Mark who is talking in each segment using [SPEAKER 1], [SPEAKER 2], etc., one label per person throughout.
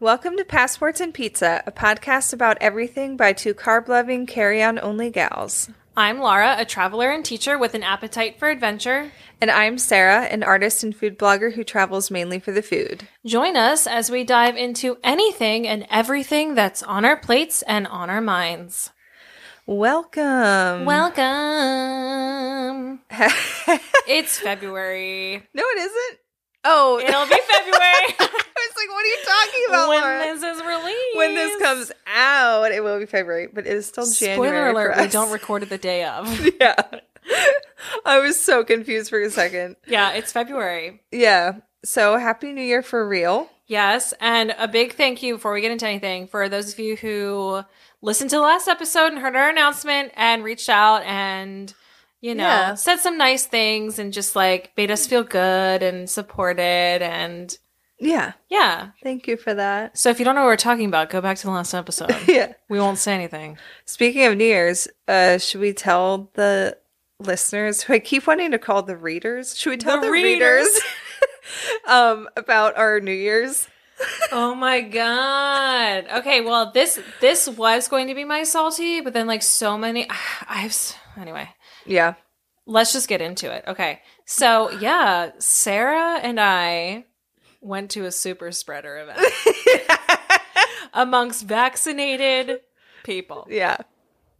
[SPEAKER 1] Welcome to Passports and Pizza, a podcast about everything by two carb loving, carry on only gals.
[SPEAKER 2] I'm Laura, a traveler and teacher with an appetite for adventure.
[SPEAKER 1] And I'm Sarah, an artist and food blogger who travels mainly for the food.
[SPEAKER 2] Join us as we dive into anything and everything that's on our plates and on our minds.
[SPEAKER 1] Welcome.
[SPEAKER 2] Welcome. it's February.
[SPEAKER 1] no, it isn't. Oh,
[SPEAKER 2] It'll be February
[SPEAKER 1] I was like, what are you talking about,
[SPEAKER 2] when
[SPEAKER 1] Laura?
[SPEAKER 2] this is released.
[SPEAKER 1] when this comes out, it will be February, but it is still
[SPEAKER 2] Spoiler
[SPEAKER 1] January.
[SPEAKER 2] alert,
[SPEAKER 1] for
[SPEAKER 2] we
[SPEAKER 1] us.
[SPEAKER 2] don't record it the day of.
[SPEAKER 1] yeah. I was so confused for a second.
[SPEAKER 2] yeah, it's February.
[SPEAKER 1] Yeah. So, Happy New Year for real.
[SPEAKER 2] Yes, and a big thank you before we get into anything for those of you who listened to the last episode and heard our announcement and reached out and you know
[SPEAKER 1] Yeah.
[SPEAKER 2] said some nice things and just like made us feel good and supported and
[SPEAKER 1] Yeah.
[SPEAKER 2] yeah.
[SPEAKER 1] Thank you for that.
[SPEAKER 2] So if you don't know what we're talking about, go back to the last episode.
[SPEAKER 1] Yeah.
[SPEAKER 2] we won't say anything.
[SPEAKER 1] Speaking of New Year's, uh, should we tell the listeners who I keep wanting to call the readers? Should we tell the,
[SPEAKER 2] The
[SPEAKER 1] readers,
[SPEAKER 2] readers.
[SPEAKER 1] um, about our New Year's?
[SPEAKER 2] oh my god. Okay, well this this was going to be my salty, but then like so many I have s- anyway.
[SPEAKER 1] Yeah.
[SPEAKER 2] let's just get into it. Okay. So, yeah, Sarah and I went to a super spreader event amongst vaccinated people.
[SPEAKER 1] yeah.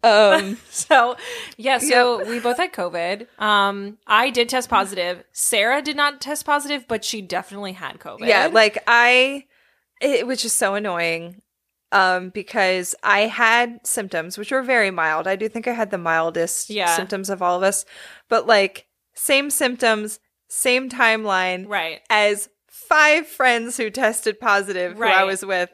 [SPEAKER 1] Um,
[SPEAKER 2] So, yeah, so we both had COVID. Um, I did test positive. Sarah did not test positive, but she definitely had COVID.
[SPEAKER 1] yeah, like I, it was just so annoying. Um, because I had symptoms which were very mild. I do think I had the mildest
[SPEAKER 2] Yeah.
[SPEAKER 1] symptoms of all of us, but like same symptoms, same timeline,
[SPEAKER 2] right.
[SPEAKER 1] as five friends who tested positive who I
[SPEAKER 2] Right.
[SPEAKER 1] was with,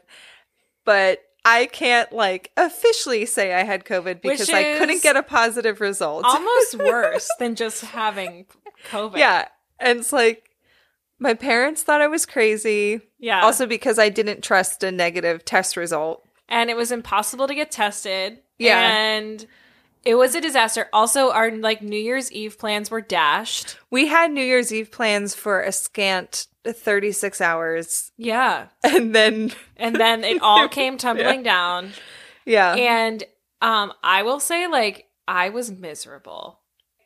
[SPEAKER 1] but I can't like officially say I had COVID
[SPEAKER 2] Which
[SPEAKER 1] because I couldn't
[SPEAKER 2] is
[SPEAKER 1] get a positive result.
[SPEAKER 2] Almost worse than just having COVID.
[SPEAKER 1] yeah. And it's like my parents thought I was crazy.
[SPEAKER 2] Yeah.
[SPEAKER 1] Also because I didn't trust a negative test result.
[SPEAKER 2] and it was impossible to get tested.
[SPEAKER 1] Yeah.
[SPEAKER 2] And it was a disaster. Also, our like New Year's Eve plans were dashed.
[SPEAKER 1] We had New Year's Eve plans for a scant 36 hours
[SPEAKER 2] Yeah.
[SPEAKER 1] and then
[SPEAKER 2] And then it all came tumbling down.
[SPEAKER 1] yeah.
[SPEAKER 2] And um I will say like I was miserable.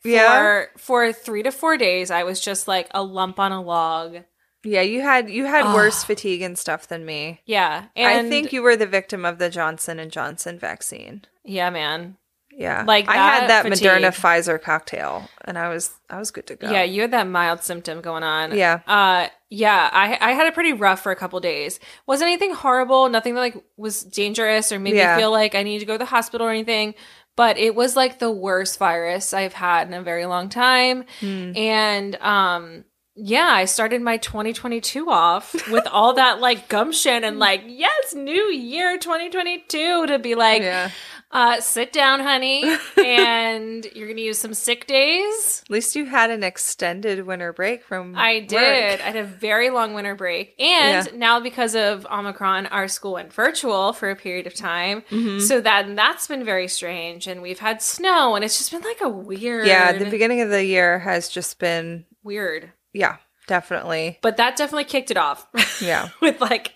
[SPEAKER 1] yeah.
[SPEAKER 2] For for 3 to 4 days I was just like a lump on a log.
[SPEAKER 1] Yeah, you had you had worse
[SPEAKER 2] Ugh.
[SPEAKER 1] fatigue and stuff than me.
[SPEAKER 2] Yeah. And
[SPEAKER 1] I think you were the victim of the Johnson and Johnson vaccine.
[SPEAKER 2] Yeah, man.
[SPEAKER 1] Yeah,
[SPEAKER 2] Like
[SPEAKER 1] I had that
[SPEAKER 2] that
[SPEAKER 1] Moderna
[SPEAKER 2] fatigue.
[SPEAKER 1] Pfizer cocktail, and I was I was good to go.
[SPEAKER 2] Yeah, you had that mild symptom going on.
[SPEAKER 1] yeah,
[SPEAKER 2] Uh yeah, I I had it pretty rough for a couple days. Wasn't anything horrible, nothing that like was dangerous or made
[SPEAKER 1] Yeah.
[SPEAKER 2] me feel like I needed to go to the hospital or anything, but it was like the worst virus I've had in a very long time.
[SPEAKER 1] Hmm.
[SPEAKER 2] And um yeah, I started my 2022 off with all that like gumption and like, yes, new year 2022 to be like,
[SPEAKER 1] yeah.
[SPEAKER 2] uh sit down, honey, and you're going to use some sick days.
[SPEAKER 1] At least you had an extended winter break from.
[SPEAKER 2] I
[SPEAKER 1] work.
[SPEAKER 2] did. I had a very long winter break. And now because of Omicron, our school went virtual for a period of time.
[SPEAKER 1] Mhm.
[SPEAKER 2] So that that's been very strange and we've had snow and it's just been like a weird
[SPEAKER 1] Yeah, the beginning of the year has just been
[SPEAKER 2] weird.
[SPEAKER 1] yeah, definitely
[SPEAKER 2] But that definitely kicked it off
[SPEAKER 1] yeah,
[SPEAKER 2] with like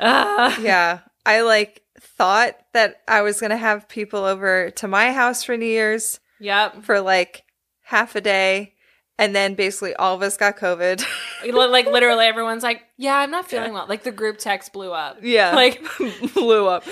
[SPEAKER 2] uh,
[SPEAKER 1] yeah. I like thought that I was gonna have people over to my house for New Year's
[SPEAKER 2] yep.
[SPEAKER 1] for like half a day, and then basically all of us got COVID.
[SPEAKER 2] like literally everyone's like, "Yeah, I'm not feeling well." Like the group text blew up.
[SPEAKER 1] yeah,
[SPEAKER 2] Like
[SPEAKER 1] blew up.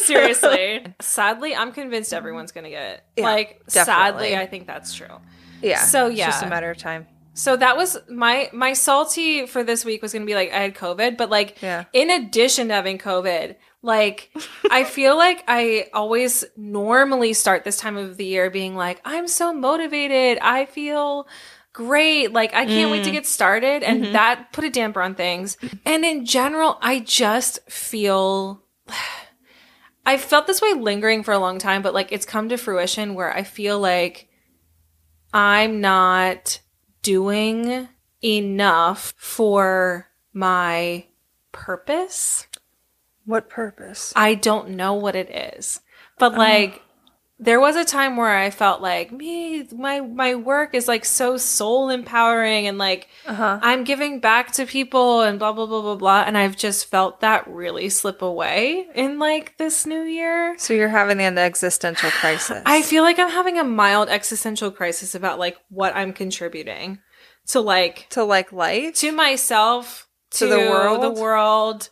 [SPEAKER 2] seriously. Sadly, I'm convinced everyone's going to get it.
[SPEAKER 1] Yeah,
[SPEAKER 2] like
[SPEAKER 1] definitely.
[SPEAKER 2] sadly, I think that's true.
[SPEAKER 1] Yeah.
[SPEAKER 2] So,
[SPEAKER 1] It's just a
[SPEAKER 2] yeah.
[SPEAKER 1] matter of time.
[SPEAKER 2] So that was my my salty for this week was going to be like I had COVID, but like
[SPEAKER 1] Yeah.
[SPEAKER 2] in addition to having COVID, like I feel like I always normally start this time of the year being like I'm so motivated, I feel great, like I can't wait to get started, and that put a damper on things. And in general, I just feel I felt this way lingering for a long time, but like it's come to fruition where I feel like I'm not doing enough for my purpose.
[SPEAKER 1] What purpose?
[SPEAKER 2] I don't know what it is, but like there was a time where I felt like me my my work is like so soul empowering and like
[SPEAKER 1] Uh-huh.
[SPEAKER 2] I'm giving back to people and blah blah blah blah blah and I've just felt that really slip away in like this new year.
[SPEAKER 1] So you're having an existential crisis.
[SPEAKER 2] I feel like I'm having a mild existential crisis about like what I'm contributing to like
[SPEAKER 1] to like life.
[SPEAKER 2] to myself
[SPEAKER 1] To the world?
[SPEAKER 2] the world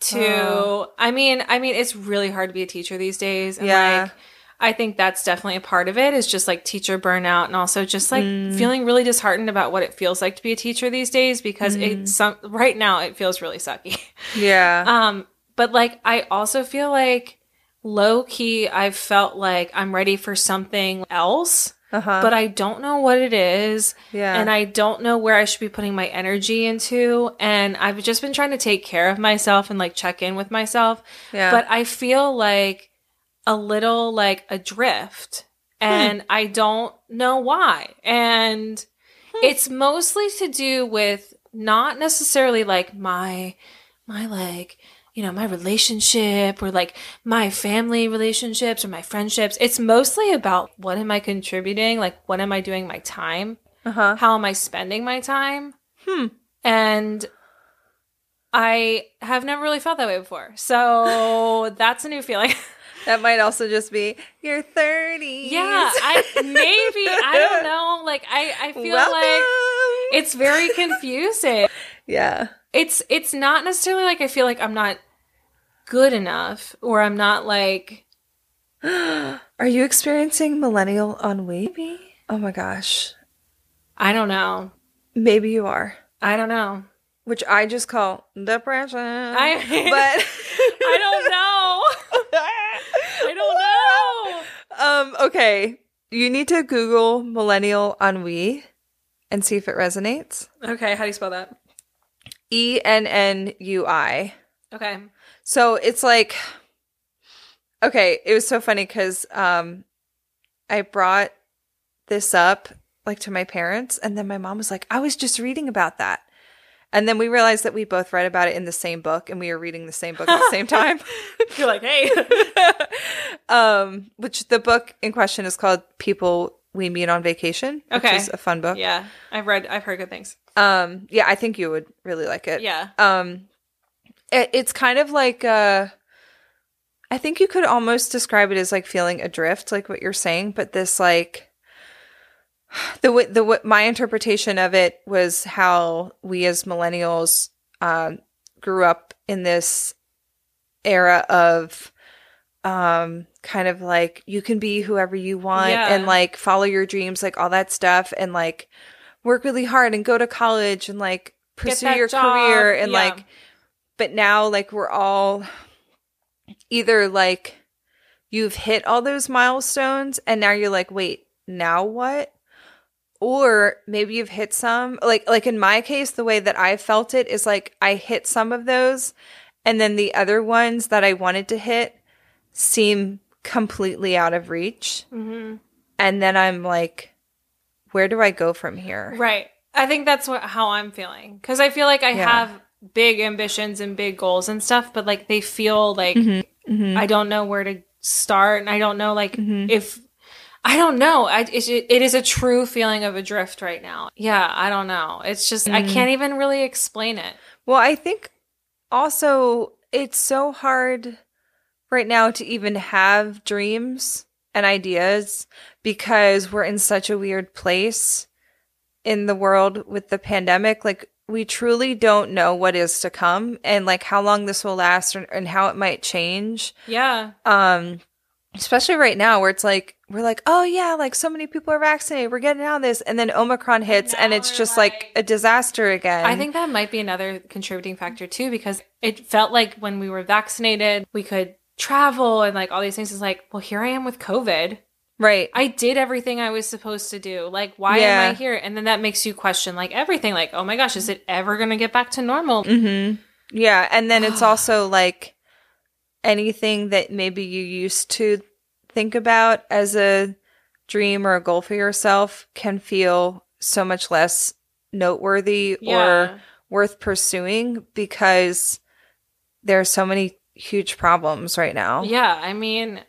[SPEAKER 2] to
[SPEAKER 1] Oh.
[SPEAKER 2] i mean i mean it's really hard to be a teacher these days and
[SPEAKER 1] Yeah.
[SPEAKER 2] like i think that's definitely a part of it is just like teacher burnout and also just like
[SPEAKER 1] Mm.
[SPEAKER 2] feeling really disheartened about what it feels like to be a teacher these days because
[SPEAKER 1] Mm.
[SPEAKER 2] it some right now it feels really sucky
[SPEAKER 1] yeah.
[SPEAKER 2] um but like i also feel like low key i felt like i'm ready for something else
[SPEAKER 1] uh-huh.
[SPEAKER 2] uh, but i don't know what it is
[SPEAKER 1] yeah.
[SPEAKER 2] and I don't know where I should be putting my energy into. And I've just been trying to take care of myself and like check in with myself.
[SPEAKER 1] yeah.
[SPEAKER 2] But I feel like a little like adrift
[SPEAKER 1] Hmm.
[SPEAKER 2] and I don't know why. And
[SPEAKER 1] Hmm.
[SPEAKER 2] it's mostly to do with not necessarily like my, my like, you know, my relationship or like my family relationships or my friendships. It's mostly about what am I contributing? Like, what am I doing my time?
[SPEAKER 1] uh-huh.
[SPEAKER 2] how am I spending my time?
[SPEAKER 1] Hmm.
[SPEAKER 2] And I have never really felt that way before. So that's a new feeling.
[SPEAKER 1] That might also just be your 30s.
[SPEAKER 2] yeah, I maybe I don't know. Like I I feel like
[SPEAKER 1] Welcome.
[SPEAKER 2] it's very confusing.
[SPEAKER 1] yeah.
[SPEAKER 2] It's it's not necessarily like I feel like I'm not good enough or I'm not like
[SPEAKER 1] Are you experiencing millennial ennui? Maybe. Oh my gosh.
[SPEAKER 2] I don't know.
[SPEAKER 1] Maybe you are.
[SPEAKER 2] I don't know.
[SPEAKER 1] Which I just call depression.
[SPEAKER 2] I
[SPEAKER 1] but
[SPEAKER 2] I don't know. I don't know.
[SPEAKER 1] um okay. You need to Google millennial ennui and see if it resonates.
[SPEAKER 2] Okay, how do you spell that?
[SPEAKER 1] E N N U I.
[SPEAKER 2] Okay.
[SPEAKER 1] So it's like, okay, it was so funny because um, I brought this up like to my parents, and then my mom was like, I was just reading about that. And then we realized that we both read about it in the same book and we were reading the same book at the same time.
[SPEAKER 2] You're like, hey.
[SPEAKER 1] um, which the book in question is called People We Meet on Vacation, which
[SPEAKER 2] Okay.
[SPEAKER 1] is a fun book.
[SPEAKER 2] Yeah, I've read. I've heard good things.
[SPEAKER 1] Um, yeah, I think you would really like it.
[SPEAKER 2] Yeah.
[SPEAKER 1] um it, it's kind of like uh i think you could almost describe it as like feeling adrift like what you're saying but this like the w- the w- my interpretation of it was how we as millennials um grew up in this era of um kind of like you can be whoever you want
[SPEAKER 2] Yeah.
[SPEAKER 1] and like follow your dreams like all that stuff and like work really hard and go to college and like pursue
[SPEAKER 2] that
[SPEAKER 1] your
[SPEAKER 2] job.
[SPEAKER 1] career and
[SPEAKER 2] Yeah.
[SPEAKER 1] like but now like we're all either like you've hit all those milestones and now you're like wait now what or maybe you've hit some like like in my case the way that i felt it is like i hit some of those and then the other ones that i wanted to hit seem completely out of reach and then i'm like where do i go from here
[SPEAKER 2] Right. I think that's what how I'm feeling because I feel like I
[SPEAKER 1] Yeah.
[SPEAKER 2] have big ambitions and big goals and stuff, but like they feel like
[SPEAKER 1] Mm-hmm.
[SPEAKER 2] I don't know where to start, and I don't know like
[SPEAKER 1] Mm-hmm.
[SPEAKER 2] if I don't know. I it, it is a true feeling of adrift right now. Yeah, I don't know. It's just I can't even really explain it.
[SPEAKER 1] Well, I think also it's so hard right now to even have dreams and ideas because we're in such a weird place in the world with the pandemic. Like, we truly don't know what is to come and like how long this will last and, and how it might change
[SPEAKER 2] Yeah.
[SPEAKER 1] um especially right now where it's like we're like oh yeah like so many people are vaccinated we're getting out of this and then omicron hits and
[SPEAKER 2] now
[SPEAKER 1] it's
[SPEAKER 2] we're
[SPEAKER 1] just like,
[SPEAKER 2] like-
[SPEAKER 1] a disaster again
[SPEAKER 2] I think that might be another contributing factor too, because it felt like when we were vaccinated, we could travel and like all these things. It's like, well, here I am with COVID.
[SPEAKER 1] right
[SPEAKER 2] I did everything I was supposed to do. Like, why am
[SPEAKER 1] Yeah.
[SPEAKER 2] I here? And then that makes you question like everything. Like, oh my gosh, is it ever going to get back to normal?
[SPEAKER 1] hmm Yeah, and then it's also like anything that maybe you used to think about as a dream or a goal for yourself can feel so much less noteworthy
[SPEAKER 2] Yeah.
[SPEAKER 1] or worth pursuing because there are so many huge problems right now.
[SPEAKER 2] Yeah. I mean,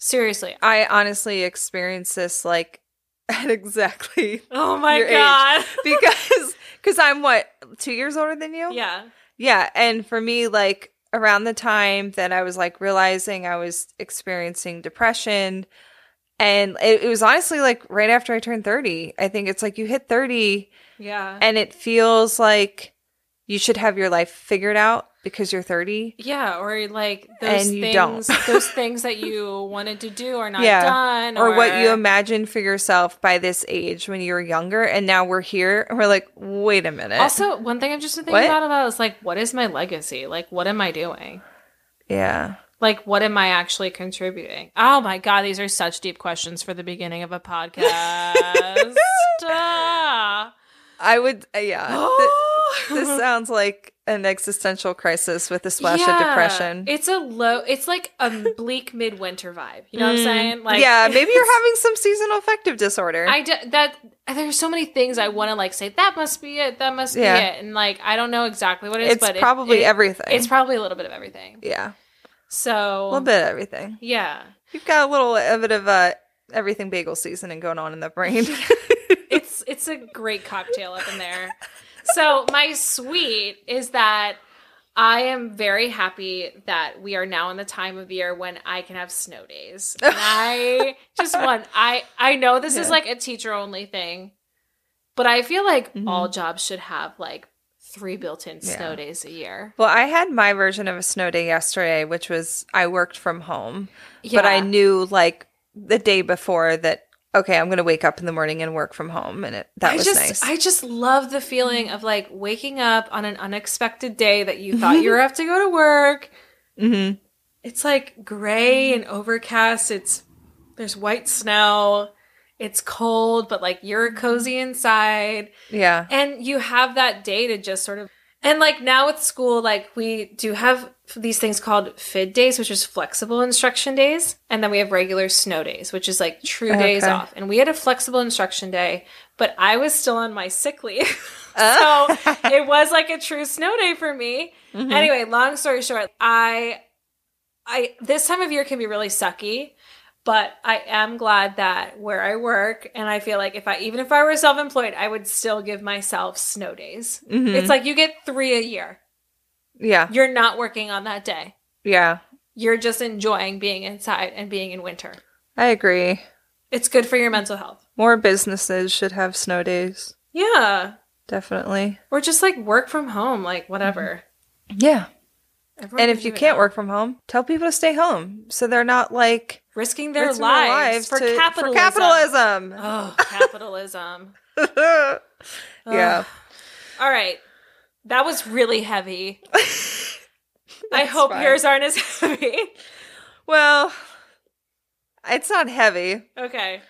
[SPEAKER 2] Seriously.
[SPEAKER 1] I honestly experienced this like at exactly
[SPEAKER 2] Oh my
[SPEAKER 1] Your age.
[SPEAKER 2] god.
[SPEAKER 1] because because I'm what two years older than you.
[SPEAKER 2] yeah.
[SPEAKER 1] yeah. And for me, like around the time that I was like realizing I was experiencing depression, and it, it was honestly like right after I turned thirty. I think it's like you hit thirty,
[SPEAKER 2] Yeah.
[SPEAKER 1] and it feels like you should have your life figured out because you're thirty.
[SPEAKER 2] yeah, or like those
[SPEAKER 1] And you don't.
[SPEAKER 2] things those things that you wanted to do are not
[SPEAKER 1] Yeah.
[SPEAKER 2] done
[SPEAKER 1] or what you imagined for yourself by this age when you were younger and now we're here and we're like wait a minute
[SPEAKER 2] Also, one thing I've just been thinking
[SPEAKER 1] Eh, What?
[SPEAKER 2] about about is like what is my legacy? Like what am I doing?
[SPEAKER 1] yeah
[SPEAKER 2] Like what am I actually contributing? Oh my god, these are such deep questions for the beginning of a podcast. Ah.
[SPEAKER 1] i would uh, yeah Th- this sounds like an existential crisis with a splash of
[SPEAKER 2] Yeah.
[SPEAKER 1] depression
[SPEAKER 2] It's a low. It's like a bleak midwinter vibe. You know what I'm saying? Like
[SPEAKER 1] Mm. yeah maybe you're having some seasonal affective disorder
[SPEAKER 2] I d- that there's so many things I want to like say. That must be it. That must
[SPEAKER 1] Yeah.
[SPEAKER 2] be it. And like I don't know exactly what it is,
[SPEAKER 1] it's
[SPEAKER 2] but it-
[SPEAKER 1] probably
[SPEAKER 2] it-
[SPEAKER 1] everything
[SPEAKER 2] It's probably a little bit of everything.
[SPEAKER 1] yeah
[SPEAKER 2] So
[SPEAKER 1] a little bit of everything
[SPEAKER 2] Yeah.
[SPEAKER 1] you've got a little bit of uh, everything bagel seasoning going on in the brain
[SPEAKER 2] it's it's a great cocktail up in there. So my sweet is that I am very happy that we are now in the time of year when I can have snow days. And I just want I I know this is
[SPEAKER 1] Yeah.
[SPEAKER 2] like a teacher only thing, but I feel like
[SPEAKER 1] Mhm.
[SPEAKER 2] all jobs should have like three built-in snow
[SPEAKER 1] Yeah.
[SPEAKER 2] days a year.
[SPEAKER 1] well i had my version of a snow day yesterday which was i worked from home
[SPEAKER 2] Yeah.
[SPEAKER 1] but I knew like the day before that okay, I'm gonna wake up in the morning and work from home, and it that
[SPEAKER 2] I
[SPEAKER 1] was
[SPEAKER 2] just
[SPEAKER 1] nice.
[SPEAKER 2] I just love the feeling of like waking up on an unexpected day that you thought
[SPEAKER 1] Mm-hmm.
[SPEAKER 2] you were have to go to work
[SPEAKER 1] hmm
[SPEAKER 2] It's like gray and overcast. It's there's white snow. It's cold, but like you're cozy inside.
[SPEAKER 1] Yeah,
[SPEAKER 2] And you have that day to just sort of and like now with school, like we do have these things called FID days, which is flexible instruction days, and then we have regular snow days, which is like true days
[SPEAKER 1] Okay.
[SPEAKER 2] off. And we had a flexible instruction day, but I was still on my sick leave. so
[SPEAKER 1] Oh.
[SPEAKER 2] it was like a true snow day for me.
[SPEAKER 1] Mhm.
[SPEAKER 2] Anyway, long story short, I I this time of year can be really sucky, but I am glad that where I work and I feel like if I even if I were self-employed, I would still give myself snow days.
[SPEAKER 1] Mhm.
[SPEAKER 2] It's like you get 3 a year.
[SPEAKER 1] yeah,
[SPEAKER 2] You're not working on that day.
[SPEAKER 1] yeah.
[SPEAKER 2] You're just enjoying being inside and being in winter.
[SPEAKER 1] I agree.
[SPEAKER 2] It's good for your mental health.
[SPEAKER 1] More businesses should have snow days,
[SPEAKER 2] Yeah.
[SPEAKER 1] definitely.
[SPEAKER 2] Or just like work from home, like whatever.
[SPEAKER 1] Yeah,
[SPEAKER 2] Everyone
[SPEAKER 1] Mm-hmm. and
[SPEAKER 2] can
[SPEAKER 1] if you
[SPEAKER 2] do it
[SPEAKER 1] can't
[SPEAKER 2] now.
[SPEAKER 1] work from home, tell people to stay home so they're not like
[SPEAKER 2] risking their lives,
[SPEAKER 1] risking their
[SPEAKER 2] for,
[SPEAKER 1] to-
[SPEAKER 2] capitalism.
[SPEAKER 1] capitalism.
[SPEAKER 2] Oh, capitalism.
[SPEAKER 1] yeah,
[SPEAKER 2] Ugh. All right. That was really heavy. I
[SPEAKER 1] That's
[SPEAKER 2] hope
[SPEAKER 1] fine.
[SPEAKER 2] yours aren't as heavy.
[SPEAKER 1] Well, it's not heavy.
[SPEAKER 2] Okay.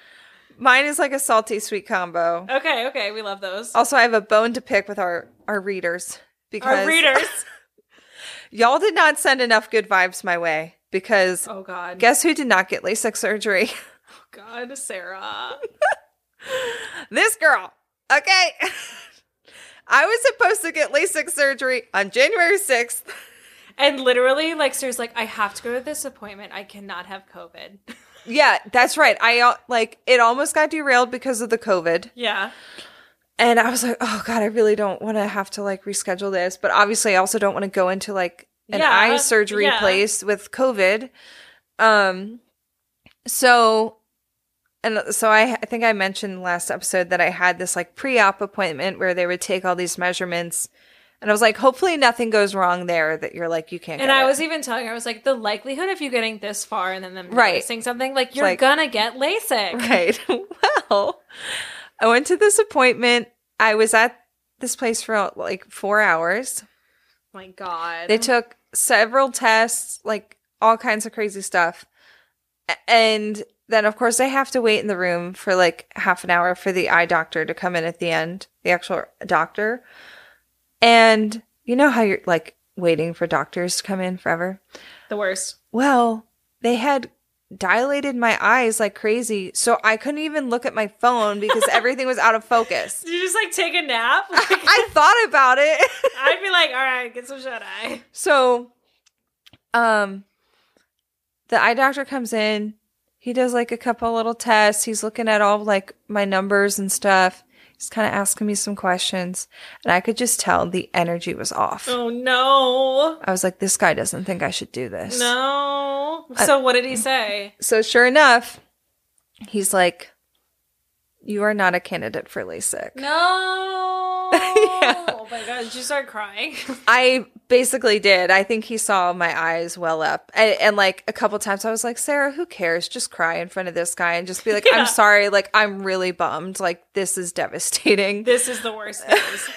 [SPEAKER 1] Mine is like a salty sweet combo.
[SPEAKER 2] Okay. Okay. We love those.
[SPEAKER 1] Also, I have a bone to pick with our our readers because
[SPEAKER 2] Our readers.
[SPEAKER 1] y'all did not send enough good vibes my way. Because
[SPEAKER 2] Oh, God.
[SPEAKER 1] guess who did not get LASIK surgery?
[SPEAKER 2] Oh, God, Sarah.
[SPEAKER 1] this girl. Okay. I was supposed to get LASIK surgery on January 6th.
[SPEAKER 2] And literally, like, Sarah's like, I have to go to this appointment. I cannot have COVID.
[SPEAKER 1] Yeah, that's right. I uh, like it almost got derailed because of the COVID.
[SPEAKER 2] Yeah.
[SPEAKER 1] And I was like, "Oh god, I really don't want to have to like reschedule this, but obviously I also don't want to go into like an
[SPEAKER 2] Yeah,
[SPEAKER 1] eye surgery
[SPEAKER 2] yeah.
[SPEAKER 1] place with COVID." Um so and so I, I think I mentioned last episode that I had this like pre-op appointment where they would take all these measurements and I was like, "Hopefully nothing goes wrong there that you're like you can't
[SPEAKER 2] And
[SPEAKER 1] get
[SPEAKER 2] I
[SPEAKER 1] it."
[SPEAKER 2] was even telling her, I was like, the likelihood of you getting this far and then them
[SPEAKER 1] Right.
[SPEAKER 2] noticing something, like, you're
[SPEAKER 1] like-
[SPEAKER 2] gonna get LASIK.
[SPEAKER 1] Right. Well, I went to this appointment. I was at this place for like four hours.
[SPEAKER 2] My God.
[SPEAKER 1] They took several tests, like all kinds of crazy stuff. A- And then, of course, they have to wait in the room for like half an hour for the eye doctor to come in at the end, the actual doctor. And you know how you're like waiting for doctors to come in forever?
[SPEAKER 2] the worst.
[SPEAKER 1] Well, they had dilated my eyes like crazy, so I couldn't even look at my phone because everything was out of focus.
[SPEAKER 2] Did you just like take a nap? Like,
[SPEAKER 1] I thought about it.
[SPEAKER 2] I'd be like, all right, get some shut eye.
[SPEAKER 1] So, um, the eye doctor comes in. He does like a couple little tests. He's looking at all of, like my numbers and stuff. He's kind of asking me some questions. And I could just tell the energy was off.
[SPEAKER 3] Oh no.
[SPEAKER 1] I was like, this guy doesn't think I should do this.
[SPEAKER 3] No. So what did he say?
[SPEAKER 1] So sure enough, he's like, you are not a candidate for LASIK.
[SPEAKER 3] No.
[SPEAKER 1] Yeah.
[SPEAKER 3] Oh my god, did you start crying?
[SPEAKER 1] I basically did. I think he saw my eyes well up. And, and like a couple times I was like, Sarah, who cares? Just cry in front of this guy and just be like,
[SPEAKER 3] Yeah.
[SPEAKER 1] I'm sorry. Like, I'm really bummed. Like, this is devastating.
[SPEAKER 3] this is the worst news.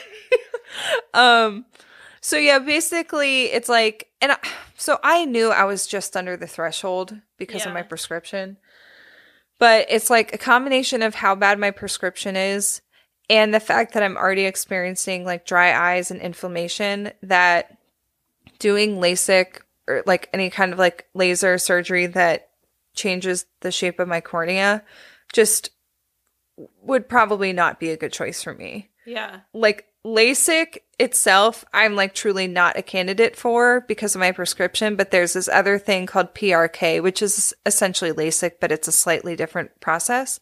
[SPEAKER 1] um so yeah basically it's like and I, so i knew i was just under the threshold because
[SPEAKER 3] Yeah.
[SPEAKER 1] of my prescription but it's like a combination of how bad my prescription is and the fact that i'm already experiencing like dry eyes and inflammation that doing lasik or like any kind of like laser surgery that changes the shape of my cornea just would probably not be a good choice for me
[SPEAKER 3] Yeah.
[SPEAKER 1] like LASIK itself, I'm like truly not a candidate for because of my prescription, but there's this other thing called PRK, which is essentially LASIK, but it's a slightly different process.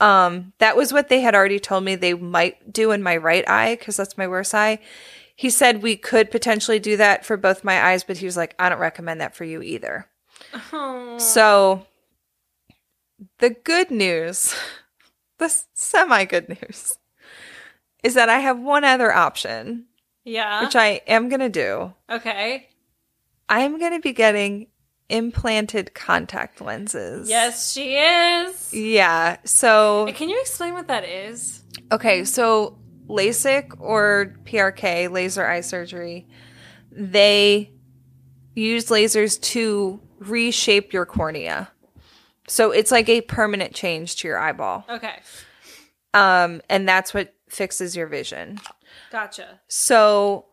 [SPEAKER 1] Um, that was what they had already told me they might do in my right eye because that's my worst eye. He said we could potentially do that for both my eyes, but he was like, I don't recommend that for you either.
[SPEAKER 3] Oh.
[SPEAKER 1] So, the good news, the semi good news, is that I have one other option,
[SPEAKER 2] Uh-huh.
[SPEAKER 3] yeah.
[SPEAKER 1] which I am going to do.
[SPEAKER 3] okay.
[SPEAKER 1] I am going to be getting implanted contact lenses.
[SPEAKER 3] Yes, she is.
[SPEAKER 1] Yeah. So,
[SPEAKER 3] Wait, Can you explain what that is?
[SPEAKER 1] okay. So, LASIK or PRK, laser eye surgery, they use lasers to reshape your cornea. So, it's like a permanent change to your eyeball.
[SPEAKER 3] Okay.
[SPEAKER 1] um, and that's what fixes your vision.
[SPEAKER 3] Gotcha.
[SPEAKER 1] So,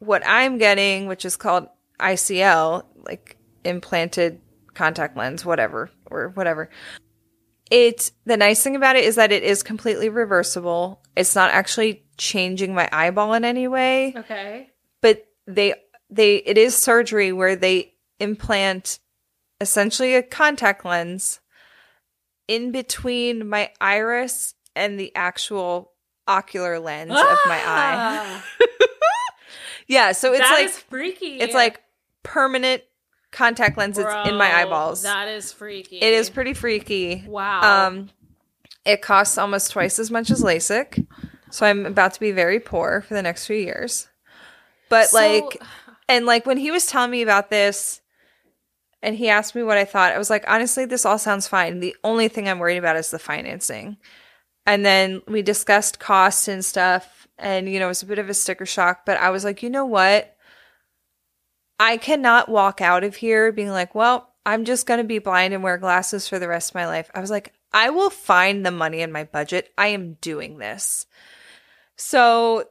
[SPEAKER 1] what I'm getting, which is called ICL, like implanted contact lens, whatever, or whatever. It the nice thing about it is that it is completely reversible. It's not actually changing my eyeball in any way,
[SPEAKER 3] Okay.
[SPEAKER 1] but they they it is surgery where they implant essentially a contact lens in between my iris and the actual ocular lens of my eye. Yeah, so it's
[SPEAKER 3] Ah, That
[SPEAKER 1] like
[SPEAKER 3] is freaky.
[SPEAKER 1] it's like permanent contact lenses in my
[SPEAKER 3] Bro,
[SPEAKER 1] eyeballs.
[SPEAKER 3] That is freaky.
[SPEAKER 1] it is pretty freaky.
[SPEAKER 3] wow.
[SPEAKER 1] Um it costs almost twice as much as LASIK. So I'm about to be very poor for the next few years. But
[SPEAKER 3] So-
[SPEAKER 1] like and like when he was telling me about this and he asked me what I thought, I was like, honestly, this all sounds fine. The only thing I'm worried about is the financing. And then we discussed costs and stuff. And, you know, it was a bit of a sticker shock, but I was like, you know what? I cannot walk out of here being like, well, I'm just going to be blind and wear glasses for the rest of my life. I was like, I will find the money in my budget. I am doing this. So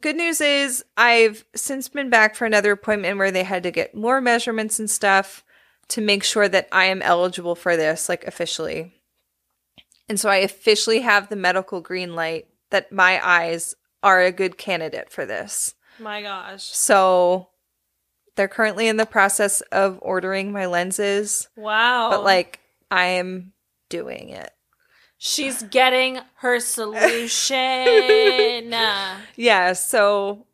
[SPEAKER 1] good news is I've since been back for another appointment where they had to get more measurements and stuff to make sure that I am eligible for this, like officially. And so I officially have the medical green light that my eyes are a good candidate for this.
[SPEAKER 3] my gosh.
[SPEAKER 1] So they're currently in the process of ordering my lenses,
[SPEAKER 3] Wow.
[SPEAKER 2] Oh.
[SPEAKER 1] but like I am doing it.
[SPEAKER 3] she's getting her solution.
[SPEAKER 1] Yeah, so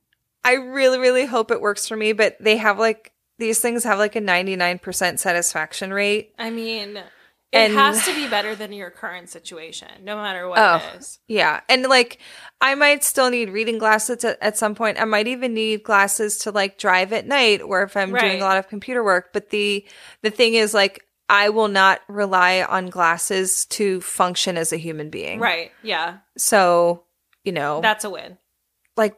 [SPEAKER 1] I really, really hope it works for me, but they have like these things have like a 99% satisfaction rate.
[SPEAKER 3] I mean, it
[SPEAKER 1] And-
[SPEAKER 3] has to be better than your current situation, no matter what
[SPEAKER 1] Oh.
[SPEAKER 3] it is.
[SPEAKER 1] Yeah, and like I might still need reading glasses at, at some point. I might even need glasses to like drive at night or if I'm
[SPEAKER 3] Right.
[SPEAKER 1] doing a lot of computer work, but the the thing is like I will not rely on glasses to function as a human being.
[SPEAKER 3] Right. Yeah.
[SPEAKER 1] So, you know,
[SPEAKER 3] That's a win.
[SPEAKER 1] like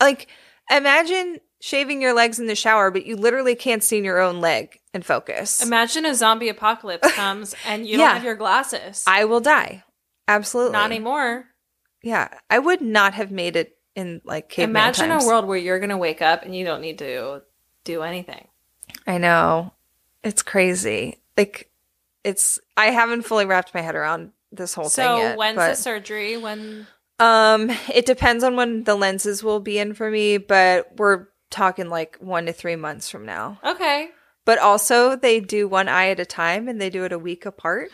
[SPEAKER 1] like imagine shaving your legs in the shower but you literally can't see your own leg and focus
[SPEAKER 3] Imagine a zombie apocalypse comes and you
[SPEAKER 1] Yeah.
[SPEAKER 3] don't have your glasses.
[SPEAKER 1] i will die absolutely
[SPEAKER 3] Not anymore.
[SPEAKER 1] yeah i would not have made it in like caveman
[SPEAKER 3] Imagine
[SPEAKER 1] times.
[SPEAKER 3] a world where you're going to wake up and you don't need to do anything.
[SPEAKER 1] i know it's crazy like it's i haven't fully wrapped my head around this whole
[SPEAKER 3] so
[SPEAKER 1] thing yet,
[SPEAKER 3] when's
[SPEAKER 1] but-
[SPEAKER 3] the surgery? When
[SPEAKER 1] Um, it depends on when the lenses will be in for me, but we're talking like one to three months from now.
[SPEAKER 3] okay,
[SPEAKER 1] But also, they do one eye at a time and they do it a week apart.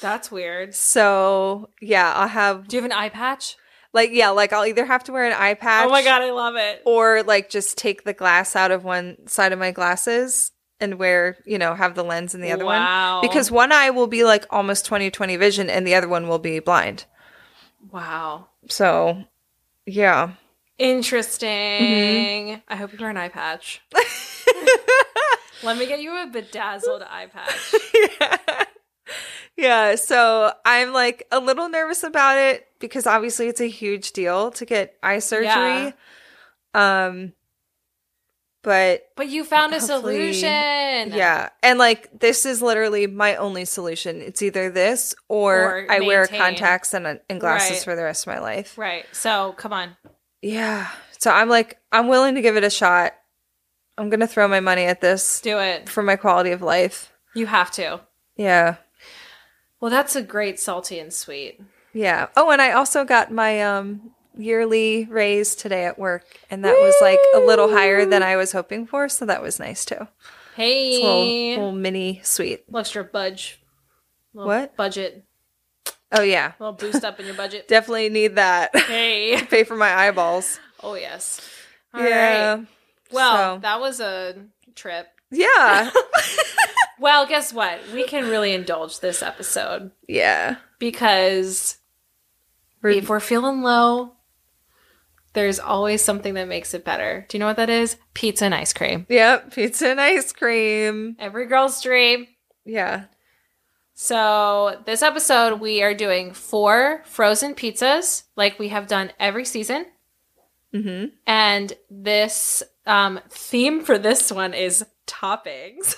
[SPEAKER 2] That's weird.
[SPEAKER 1] So, yeah, I'll have,
[SPEAKER 2] Do you have an eye patch?
[SPEAKER 1] like, yeah, like I'll either have to wear an eye patch.
[SPEAKER 2] Oh my god, I love it.
[SPEAKER 1] Or, like, just take the glass out of one side of my glasses and wear, you know, have the lens in the other one.
[SPEAKER 2] wow.
[SPEAKER 1] Because one eye will be like almost 20 20 vision and the other one will be blind.
[SPEAKER 2] wow,
[SPEAKER 1] So, yeah.
[SPEAKER 2] interesting.
[SPEAKER 1] Mm-hmm.
[SPEAKER 2] I hope you wear an eye patch. Let me get you a bedazzled eye patch.
[SPEAKER 1] yeah. Yeah, so I'm like a little nervous about it because obviously it's a huge deal to get eye surgery. Um but
[SPEAKER 2] But you found a
[SPEAKER 1] Hopefully-
[SPEAKER 2] solution. Yeah.
[SPEAKER 1] yeah, and like this is literally my only solution. It's either this or,
[SPEAKER 2] Or
[SPEAKER 1] I wear
[SPEAKER 2] maintain.
[SPEAKER 1] contacts and, uh, and glasses
[SPEAKER 2] Right.
[SPEAKER 1] for the rest of my life.
[SPEAKER 2] Right. So come on.
[SPEAKER 1] Yeah. So I'm like I'm willing to give it a shot. I'm going to throw my money at this
[SPEAKER 2] Do it.
[SPEAKER 1] for my quality of life.
[SPEAKER 2] You have to.
[SPEAKER 1] Yeah.
[SPEAKER 2] Well, that's a great salty and sweet.
[SPEAKER 1] Yeah. Oh, and I also got my um yearly raise today at work, and that was like a little higher than I was hoping for, so that was nice too. It's a little,
[SPEAKER 2] Hey.
[SPEAKER 1] little mini sweet.
[SPEAKER 2] little extra budge. Little
[SPEAKER 1] What?
[SPEAKER 2] Budget.
[SPEAKER 1] Oh yeah,
[SPEAKER 2] little boost up in your budget.
[SPEAKER 1] definitely need that.
[SPEAKER 2] hey.
[SPEAKER 1] Pay for my eyeballs.
[SPEAKER 2] Oh, yes. All right.
[SPEAKER 1] yeah.
[SPEAKER 2] Well,
[SPEAKER 1] so-
[SPEAKER 2] that was a trip.
[SPEAKER 1] Yeah.
[SPEAKER 2] Well, guess what? We can really indulge this episode
[SPEAKER 1] yeah.
[SPEAKER 2] because
[SPEAKER 1] We're-
[SPEAKER 2] if we're feeling low, there's always something that makes it better. Do you know what that is? Pizza and ice cream.
[SPEAKER 1] Yep. Pizza and ice cream.
[SPEAKER 2] Every girl's dream.
[SPEAKER 1] Yeah.
[SPEAKER 2] So, this episode, we are doing four frozen pizzas like we have done every season.
[SPEAKER 1] Mm-hmm.
[SPEAKER 2] And this um, theme for this one is toppings.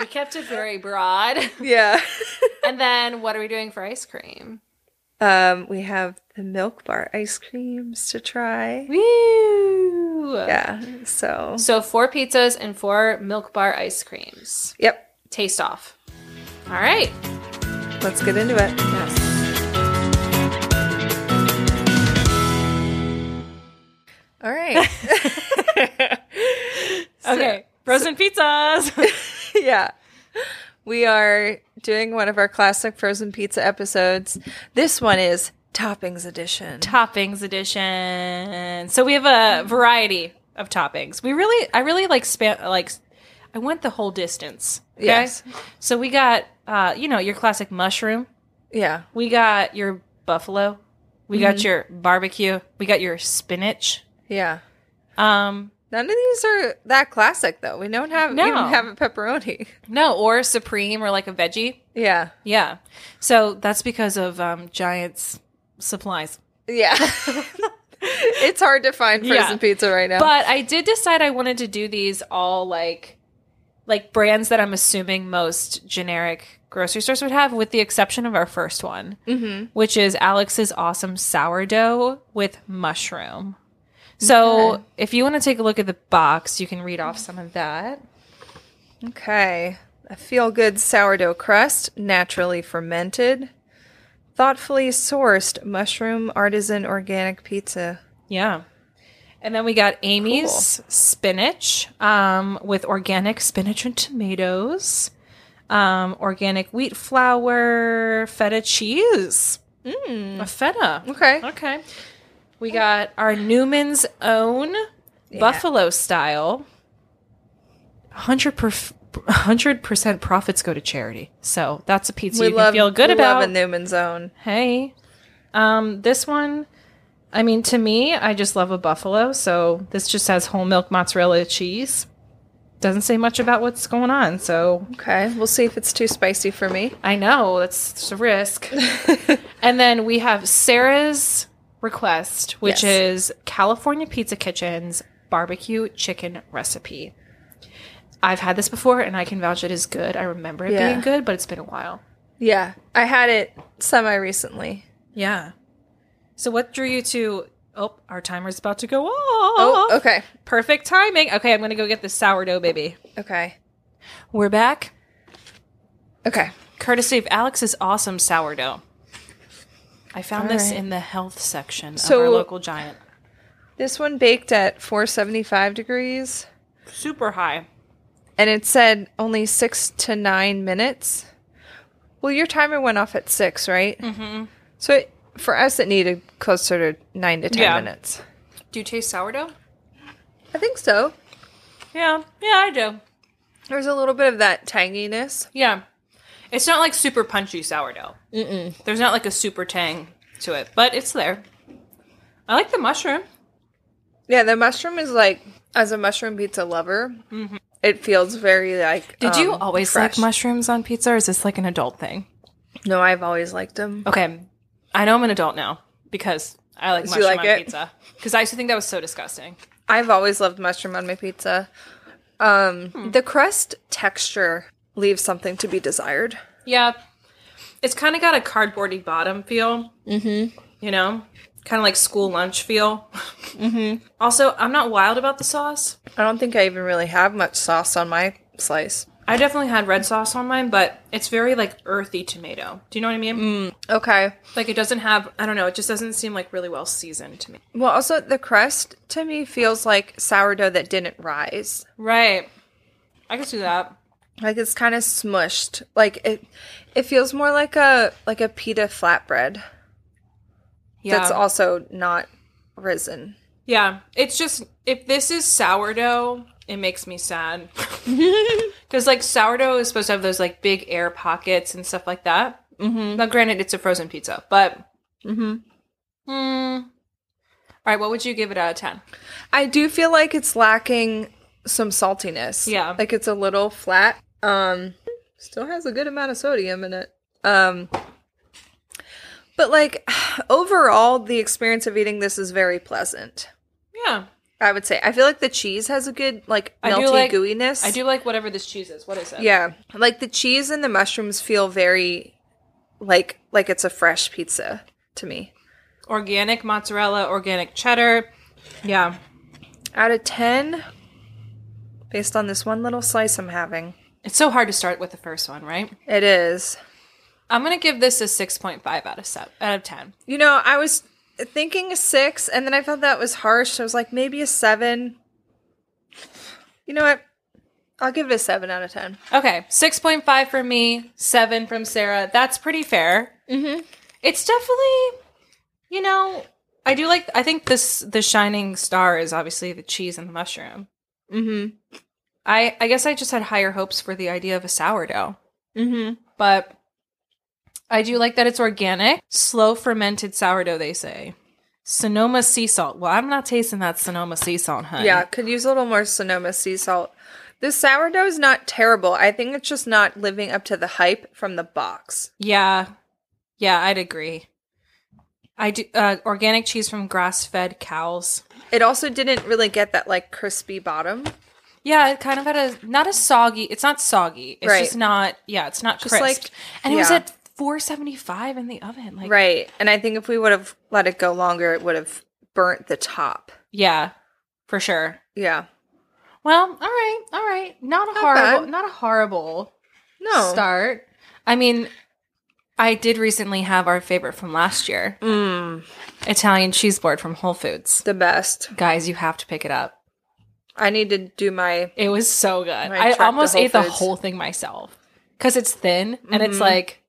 [SPEAKER 2] we kept it very broad.
[SPEAKER 1] Yeah.
[SPEAKER 2] And then, what are we doing for ice cream?
[SPEAKER 1] Um, we have the milk bar ice creams to try.
[SPEAKER 2] Woo!
[SPEAKER 1] Yeah. So.
[SPEAKER 2] So, four pizzas and four milk bar ice creams.
[SPEAKER 1] Yep.
[SPEAKER 2] Taste off. All right.
[SPEAKER 1] Let's get into it. All right.
[SPEAKER 2] Okay. Frozen pizzas.
[SPEAKER 1] yeah. We are doing one of our classic frozen pizza episodes. This one is toppings edition.
[SPEAKER 2] toppings edition. So we have a variety of toppings. We really, I really like span, like, I went the whole distance. Okay?
[SPEAKER 1] Yes.
[SPEAKER 2] So we got, uh, you know, your classic mushroom.
[SPEAKER 1] yeah.
[SPEAKER 2] We got your buffalo. We got your barbecue. We got your spinach.
[SPEAKER 1] Yeah.
[SPEAKER 2] Um,
[SPEAKER 1] None of these are that classic though. We don't have
[SPEAKER 2] No.
[SPEAKER 1] even have a pepperoni.
[SPEAKER 2] no, or supreme or like a veggie.
[SPEAKER 1] Yeah.
[SPEAKER 2] Yeah. So that's because of um, Giant's supplies.
[SPEAKER 1] Yeah. it's hard to find frozen
[SPEAKER 2] Yeah.
[SPEAKER 1] pizza right now.
[SPEAKER 2] But I did decide I wanted to do these all like like brands that I'm assuming most generic grocery stores would have, with the exception of our first one,
[SPEAKER 1] Mhm.
[SPEAKER 2] which is Alex's awesome sourdough with mushroom. So
[SPEAKER 1] Okay.
[SPEAKER 2] if you want to take a look at the box, you can read off some of that.
[SPEAKER 1] Okay. A feel good sourdough crust, naturally fermented, thoughtfully sourced mushroom artisan organic pizza.
[SPEAKER 2] Yeah. And then we got Amy's spinach um, with organic spinach and tomatoes, um, organic wheat flour, feta cheese. Mm. A feta.
[SPEAKER 1] Okay.
[SPEAKER 2] Okay.
[SPEAKER 1] Mm.
[SPEAKER 2] We got our Newman's own buffalo style. 100%, 100% profits go to charity. So that's a pizza you can feel good
[SPEAKER 1] we
[SPEAKER 2] about.
[SPEAKER 1] love a Newman's Own.
[SPEAKER 2] Hey. Um, this one, I mean, to me, I just love a buffalo. So this just has whole milk mozzarella cheese. Doesn't say much about what's going on. So
[SPEAKER 1] Okay, we'll see if it's too spicy for me.
[SPEAKER 2] I know that's it's a risk. and then we have Sarah's request, which is California Pizza Kitchen's barbecue chicken recipe. I've had this before and I can vouch it is good. I remember it
[SPEAKER 1] Yeah.
[SPEAKER 2] being good, but it's been a while.
[SPEAKER 1] Yeah, I had it semi recently.
[SPEAKER 2] Yeah. So what drew you to? Oh, our timer's about to go off.
[SPEAKER 1] Oh, okay,
[SPEAKER 2] Perfect timing. Okay, I'm gonna go get the sourdough, baby.
[SPEAKER 1] okay,
[SPEAKER 2] We're back,
[SPEAKER 1] okay.
[SPEAKER 2] courtesy of Alex's awesome sourdough. I found
[SPEAKER 1] All
[SPEAKER 2] this
[SPEAKER 1] right.
[SPEAKER 2] in the health section
[SPEAKER 1] So-
[SPEAKER 2] of our local giant.
[SPEAKER 1] This one baked at 475 degrees.
[SPEAKER 2] Super high.
[SPEAKER 1] and it said only six to nine minutes. Well, your timer went off at six, right?
[SPEAKER 3] Mm-hmm.
[SPEAKER 1] So it, for us, it needed closer to nine to ten
[SPEAKER 3] Yeah.
[SPEAKER 1] minutes.
[SPEAKER 3] Do you taste sourdough?
[SPEAKER 1] I think so.
[SPEAKER 3] Yeah, yeah, I do.
[SPEAKER 1] There's a little bit of that tanginess.
[SPEAKER 3] Yeah, it's not like super punchy sourdough.
[SPEAKER 1] Mm-mm.
[SPEAKER 3] There's not like a super tang to it, but it's there. I like the mushroom.
[SPEAKER 1] Yeah, the mushroom is like, as a mushroom pizza lover, it feels very like.
[SPEAKER 3] Mm-hmm. Did you
[SPEAKER 1] um,
[SPEAKER 3] always
[SPEAKER 1] fresh.
[SPEAKER 3] like mushrooms on pizza, or is this like an adult thing?
[SPEAKER 1] um, No, I've always liked them.
[SPEAKER 3] Okay, I know I'm an adult now because I like
[SPEAKER 1] Do you
[SPEAKER 3] mushroom
[SPEAKER 1] like
[SPEAKER 3] on
[SPEAKER 1] it?
[SPEAKER 3] pizza. Because I used to think that was so disgusting.
[SPEAKER 1] I've always loved mushroom on my pizza. Um,
[SPEAKER 3] Hmm.
[SPEAKER 1] The crust texture leaves something to be desired.
[SPEAKER 3] Yeah, it's kind of got a cardboardy bottom feel. Mm-hmm. You know, kind of like school lunch feel. Mm-hmm. Also, I'm not wild about the sauce.
[SPEAKER 1] I don't think I even really have much sauce on my slice.
[SPEAKER 3] I definitely had red sauce on mine, but it's very like earthy tomato. Do you know what I mean?
[SPEAKER 1] Okay.
[SPEAKER 3] Like it doesn't have. I don't know. It just doesn't seem like really well seasoned to me.
[SPEAKER 1] Well, also, the crust to me feels like sourdough that didn't rise.
[SPEAKER 3] Right. I can see that.
[SPEAKER 1] Like it's kind of smushed. Like it it feels more like a like a pita flatbread
[SPEAKER 3] Yeah.
[SPEAKER 1] that's also not risen.
[SPEAKER 3] Yeah, it's just if this is sourdough, it makes me sad. Because like sourdough is supposed to have those like big air pockets and stuff like that. Mm-hmm. Now, granted, it's a frozen pizza, but. Mm. All right, what would you give it out of ten?
[SPEAKER 1] I do feel like it's lacking some saltiness.
[SPEAKER 3] Yeah.
[SPEAKER 1] Like it's a little flat. Um still has a good amount of sodium in it. Um but like overall the experience of eating this is very pleasant.
[SPEAKER 3] Yeah,
[SPEAKER 1] I would say. I feel like the cheese has a good like
[SPEAKER 3] I do
[SPEAKER 1] melty
[SPEAKER 3] like-
[SPEAKER 1] gooiness.
[SPEAKER 3] I do like whatever this cheese is. What is it?
[SPEAKER 1] Yeah. Like the cheese and the mushrooms feel very like like it's a fresh pizza to me.
[SPEAKER 3] organic mozzarella, organic cheddar. Yeah,
[SPEAKER 1] Out of 10 based on this one little slice I'm having.
[SPEAKER 3] it's so hard to start with the first one, right?
[SPEAKER 1] It is.
[SPEAKER 3] I'm gonna give this a six point five out of seven out of ten.
[SPEAKER 1] You know, I was thinking a 6 and then I felt that was harsh. I was like maybe a 7. You know what? I'll give it a 7 out of 10.
[SPEAKER 3] Okay, 6.5 from me, 7 from Sarah. That's pretty fair. Mm-hmm. It's definitely, you know, I do like, I think this, the shining star is obviously the cheese and the mushroom.
[SPEAKER 1] Mhm.
[SPEAKER 3] I, I guess I just had higher hopes for the idea of a sourdough,
[SPEAKER 1] Mhm.
[SPEAKER 3] but I do like that it's organic, slow fermented sourdough, they say. Sonoma sea salt. Well, I'm not tasting that Sonoma sea salt, honey.
[SPEAKER 1] Yeah, could use a little more Sonoma sea salt. This sourdough is not terrible. I think it's just not living up to the hype from the box.
[SPEAKER 3] Yeah. Yeah, I'd agree. I do uh, organic cheese from grass-fed cows.
[SPEAKER 1] It also didn't really get that like crispy bottom.
[SPEAKER 3] Yeah, it kind of had a not a soggy. It's not soggy. It's
[SPEAKER 1] Right.
[SPEAKER 3] just not. Yeah, it's not
[SPEAKER 1] Just
[SPEAKER 3] crisp.
[SPEAKER 1] like-
[SPEAKER 3] and it was
[SPEAKER 1] yeah.
[SPEAKER 3] at 475 in the oven. Like
[SPEAKER 1] Right. And I think if we would have let it go longer, it would have burnt the top.
[SPEAKER 3] yeah, for sure.
[SPEAKER 1] Yeah.
[SPEAKER 3] Well, all right, all right. Not a
[SPEAKER 1] bad. Oh.
[SPEAKER 3] horrible not a horrible
[SPEAKER 1] No.
[SPEAKER 3] start. I mean, I did recently have our favorite from last year.
[SPEAKER 2] Mm.
[SPEAKER 3] Italian cheese board from Whole Foods.
[SPEAKER 1] The best.
[SPEAKER 3] Guys, you have to pick it up.
[SPEAKER 1] I need to do my
[SPEAKER 3] It was so good. I,
[SPEAKER 1] trip to
[SPEAKER 3] almost
[SPEAKER 1] Whole
[SPEAKER 3] ate the
[SPEAKER 1] Foods.
[SPEAKER 3] whole thing myself because it's thin and
[SPEAKER 2] Mm-hmm.
[SPEAKER 3] it's like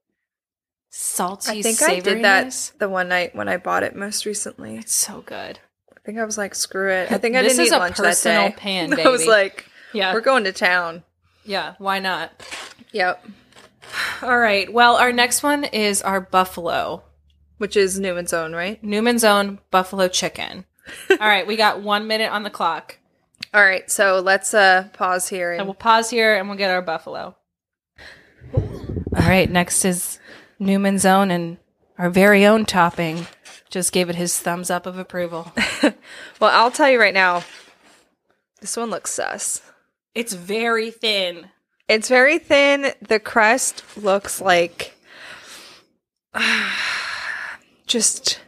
[SPEAKER 3] salty.
[SPEAKER 1] I think I did that the one night when I bought it most recently.
[SPEAKER 3] It's so good.
[SPEAKER 1] I think I was like, screw it. I think I
[SPEAKER 3] This
[SPEAKER 1] didn't
[SPEAKER 3] is
[SPEAKER 1] eat
[SPEAKER 3] a
[SPEAKER 1] lunch
[SPEAKER 3] personal
[SPEAKER 1] that day.
[SPEAKER 3] pan,
[SPEAKER 1] I was
[SPEAKER 3] baby.
[SPEAKER 1] like,
[SPEAKER 3] Yeah,
[SPEAKER 1] we're going to town.
[SPEAKER 3] yeah. Why not?
[SPEAKER 1] Yep.
[SPEAKER 3] All right. Well, our next one is our buffalo
[SPEAKER 1] Which is Newman's own, right?
[SPEAKER 3] Newman's own buffalo chicken. All right, we got one minute on the clock.
[SPEAKER 1] All right, so let's uh pause here
[SPEAKER 3] And we'll
[SPEAKER 1] and
[SPEAKER 3] pause here and we'll get our buffalo. All right, next is Newman's own and our very own topping. Just gave it his thumbs up of approval.
[SPEAKER 1] well, I'll tell you right now. This one looks sus.
[SPEAKER 3] It's very thin.
[SPEAKER 1] It's very thin. The crust looks like just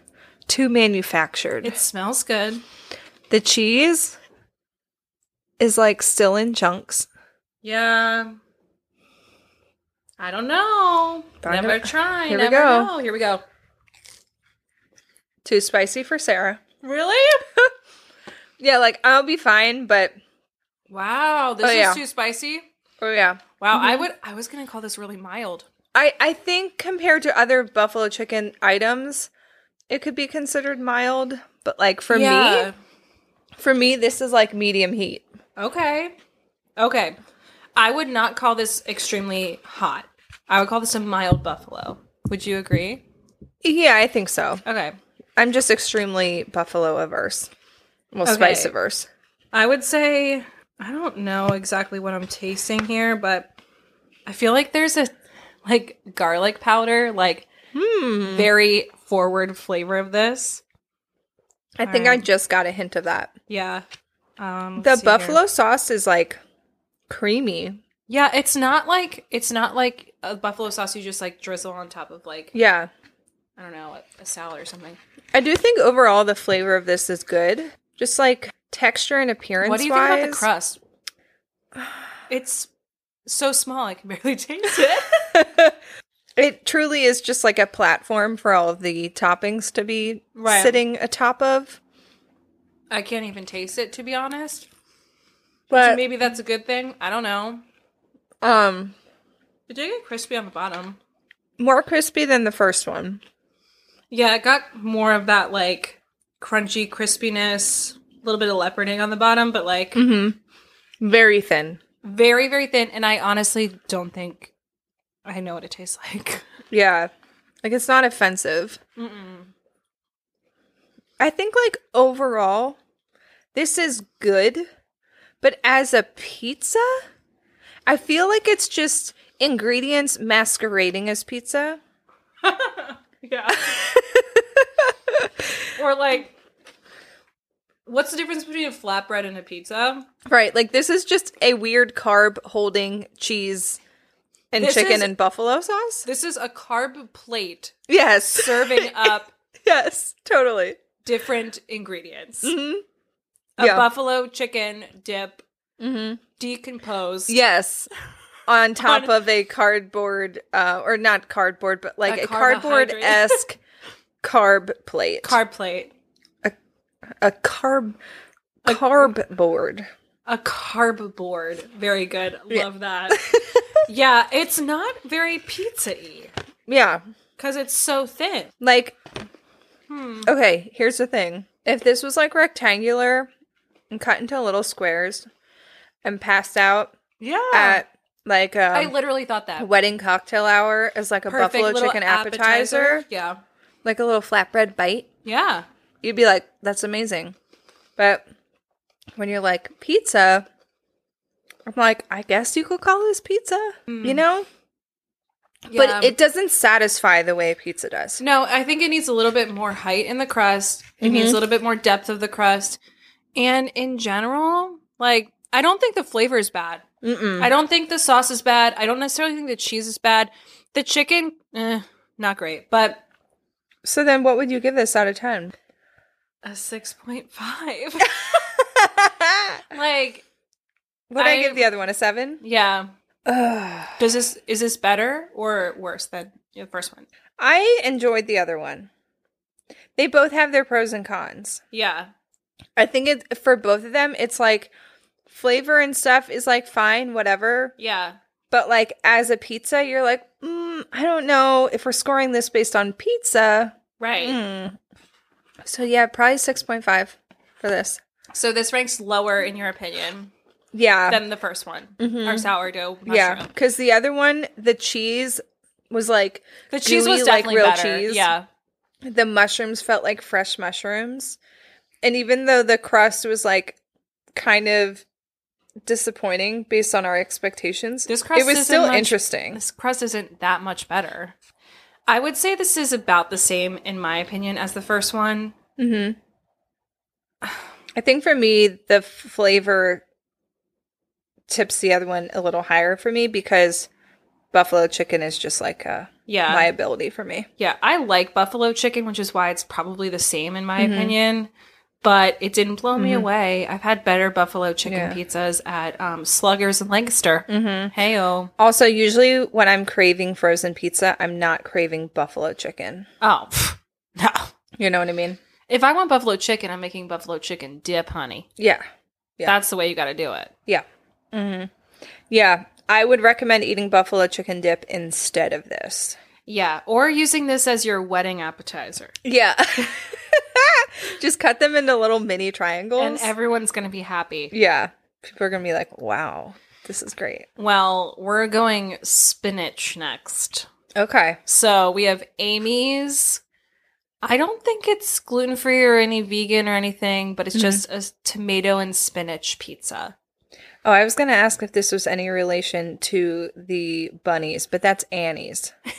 [SPEAKER 1] too manufactured.
[SPEAKER 3] It smells good.
[SPEAKER 1] the cheese is like still in chunks.
[SPEAKER 3] Yeah. I don't know.
[SPEAKER 1] Find
[SPEAKER 3] never
[SPEAKER 1] out.
[SPEAKER 3] try.
[SPEAKER 1] Here we
[SPEAKER 3] never
[SPEAKER 1] go.
[SPEAKER 3] Know. Here we go.
[SPEAKER 1] Too spicy for Sarah.
[SPEAKER 3] Really?
[SPEAKER 1] Yeah, like I'll be fine, but
[SPEAKER 3] Wow, this
[SPEAKER 1] Oh, yeah.
[SPEAKER 3] is too spicy.
[SPEAKER 1] Oh yeah.
[SPEAKER 3] Wow, I would I was gonna call this really mild.
[SPEAKER 1] I I think compared to other buffalo chicken items, it could be considered mild, but like for me, for me this is like medium heat.
[SPEAKER 3] Okay. Okay. I would not call this extremely hot. I would call this a mild buffalo. Would you agree?
[SPEAKER 1] Yeah, I think so.
[SPEAKER 3] Okay.
[SPEAKER 1] I'm just extremely buffalo averse. Well,
[SPEAKER 3] Okay.
[SPEAKER 1] spice averse.
[SPEAKER 3] I would say I don't know exactly what I'm tasting here, but I feel like there's a like garlic powder, like
[SPEAKER 1] Hmm.
[SPEAKER 3] very forward flavor of this.
[SPEAKER 1] I think I
[SPEAKER 3] Alright.
[SPEAKER 1] just got a hint of that.
[SPEAKER 3] Yeah. Um
[SPEAKER 1] The
[SPEAKER 3] let's see here.
[SPEAKER 1] buffalo sauce is like creamy.
[SPEAKER 3] Yeah, it's not like it's not like a buffalo sauce you just like drizzle on top of like
[SPEAKER 1] Yeah.
[SPEAKER 3] I don't know, a, a salad or something.
[SPEAKER 1] I do think overall the flavor of this is good. Just like texture and appearance.
[SPEAKER 3] What do you think about the
[SPEAKER 1] wise.
[SPEAKER 3] crust? It's so small I can barely taste it.
[SPEAKER 1] It truly is just like a platform for all of the toppings to be
[SPEAKER 3] Right.
[SPEAKER 1] sitting atop of.
[SPEAKER 3] I can't even taste it to be honest.
[SPEAKER 1] But
[SPEAKER 3] So maybe that's a good thing. I don't know.
[SPEAKER 1] um
[SPEAKER 3] It did get crispy on the bottom.
[SPEAKER 1] more crispy than the first one.
[SPEAKER 3] Yeah, it got more of that like crunchy crispiness, a little bit of leoparding on the bottom, but like
[SPEAKER 1] Very thin.
[SPEAKER 3] very, very thin. And I honestly don't think I know what it tastes like.
[SPEAKER 1] Yeah. Like it's not offensive.
[SPEAKER 3] Mm-mm.
[SPEAKER 1] I think like overall this is good, but as a pizza, I feel like it's just ingredients masquerading as pizza.
[SPEAKER 3] Yeah. or like, what's the difference between a flatbread and a pizza?
[SPEAKER 1] Right, like this is just a weird carb holding cheese and
[SPEAKER 3] This
[SPEAKER 1] chicken
[SPEAKER 3] is-
[SPEAKER 1] and buffalo sauce.
[SPEAKER 3] This is a carb plate
[SPEAKER 1] Yes.
[SPEAKER 3] serving up
[SPEAKER 1] yes, totally.
[SPEAKER 3] different ingredients.
[SPEAKER 1] Mhm.
[SPEAKER 3] A
[SPEAKER 1] Yeah.
[SPEAKER 3] buffalo chicken dip
[SPEAKER 1] Mhm.
[SPEAKER 3] decomposed.
[SPEAKER 1] Yes. On top
[SPEAKER 3] On-
[SPEAKER 1] of a cardboard uh or not cardboard but like
[SPEAKER 3] A
[SPEAKER 1] a, cardboard-esque carb plate.
[SPEAKER 3] Carb plate.
[SPEAKER 1] a carb carb board.
[SPEAKER 3] A carb board. Very good. Love that. yeah, it's not very pizza y
[SPEAKER 1] Yeah.
[SPEAKER 3] because it's so thin.
[SPEAKER 1] Like
[SPEAKER 3] Hmm.
[SPEAKER 1] okay, here's the thing. If this was like rectangular and cut into little squares and passed out
[SPEAKER 3] Yeah.
[SPEAKER 1] at like um, a
[SPEAKER 3] I literally thought that.
[SPEAKER 1] wedding cocktail hour as like a
[SPEAKER 3] Perfect
[SPEAKER 1] buffalo
[SPEAKER 3] little
[SPEAKER 1] chicken appetizer,
[SPEAKER 3] Yeah.
[SPEAKER 1] like a little flatbread bite,
[SPEAKER 3] Yeah.
[SPEAKER 1] you'd be like, that's amazing. But when you're like, pizza, I'm like, I guess you could call this pizza, you know?
[SPEAKER 3] Mm. Yeah.
[SPEAKER 1] But it doesn't satisfy the way pizza does.
[SPEAKER 3] No, I think it needs a little bit more height in the crust. It
[SPEAKER 1] Mm-hmm.
[SPEAKER 3] needs a little bit more depth of the crust. And in general, like I don't think the flavor is bad.
[SPEAKER 1] Mm-mm.
[SPEAKER 3] I don't think the sauce is bad. I don't necessarily think the cheese is bad. The chicken, eh, not great, but
[SPEAKER 1] So then what would you give this out of 10?
[SPEAKER 3] a six point five. like,
[SPEAKER 1] Would I,
[SPEAKER 3] I-
[SPEAKER 1] give the other one a 7?
[SPEAKER 3] yeah.
[SPEAKER 1] Ugh.
[SPEAKER 3] Does this is this better or worse than the first one?
[SPEAKER 1] I enjoyed the other one. They both have their pros and cons.
[SPEAKER 3] Yeah.
[SPEAKER 1] I think it for both of them, it's like flavor and stuff is like fine, whatever.
[SPEAKER 3] Yeah.
[SPEAKER 1] But like as a pizza, you're like, mm, I don't know if we're scoring this based on pizza.
[SPEAKER 3] Right.
[SPEAKER 1] Mm. So yeah, probably six point five for this.
[SPEAKER 3] So this ranks lower in your opinion
[SPEAKER 1] Yeah,
[SPEAKER 3] than the first one.
[SPEAKER 1] Mm-hmm.
[SPEAKER 3] Our sourdough mushroom.
[SPEAKER 1] yeah. Because the other one, the cheese was like
[SPEAKER 3] The cheese
[SPEAKER 1] Gooey,
[SPEAKER 3] was
[SPEAKER 1] like,
[SPEAKER 3] definitely
[SPEAKER 1] real
[SPEAKER 3] better.
[SPEAKER 1] cheese.
[SPEAKER 3] Yeah.
[SPEAKER 1] the mushrooms felt like fresh mushrooms, and even though the crust was like kind of disappointing based on our expectations,
[SPEAKER 3] This crust
[SPEAKER 1] it was
[SPEAKER 3] isn't
[SPEAKER 1] still
[SPEAKER 3] much-
[SPEAKER 1] interesting.
[SPEAKER 3] This crust isn't that much better. I would say this is about the same, in my opinion, as the first one.
[SPEAKER 1] hmm I think for me, the f- flavor tips the other one a little higher for me because buffalo chicken is just like a
[SPEAKER 3] Yeah.
[SPEAKER 1] liability for me.
[SPEAKER 3] yeah. I like buffalo chicken, which is why it's probably the same, in
[SPEAKER 1] Mm-hmm.
[SPEAKER 3] my opinion. But it didn't blow me away. I've had better buffalo chicken
[SPEAKER 1] Yeah.
[SPEAKER 3] pizzas at um, Sluggers in Lancaster.
[SPEAKER 1] Mm-hmm.
[SPEAKER 3] Hey, oh.
[SPEAKER 1] Also, usually when I'm craving frozen pizza, I'm not craving buffalo chicken.
[SPEAKER 3] Oh, pff, no.
[SPEAKER 1] You know what I mean?
[SPEAKER 3] If I want buffalo chicken, I'm making buffalo chicken dip, honey.
[SPEAKER 1] Yeah. Yeah.
[SPEAKER 3] That's the way you got to do it.
[SPEAKER 1] Mm-hmm. Yeah, I would recommend eating buffalo chicken dip instead of this.
[SPEAKER 3] Yeah, or using this as your wedding appetizer.
[SPEAKER 1] Yeah. Just cut them into little mini triangles.
[SPEAKER 3] And everyone's going to be happy.
[SPEAKER 1] yeah. People are going to be like, wow, this is great.
[SPEAKER 3] Well, we're going spinach next.
[SPEAKER 1] Okay.
[SPEAKER 3] So we have Amy's. I don't think it's gluten free or any vegan or anything, but it's
[SPEAKER 1] Mhm.
[SPEAKER 3] just a tomato and spinach pizza.
[SPEAKER 1] Oh, I was going to ask if this was any relation to the bunnies, but that's Annie's.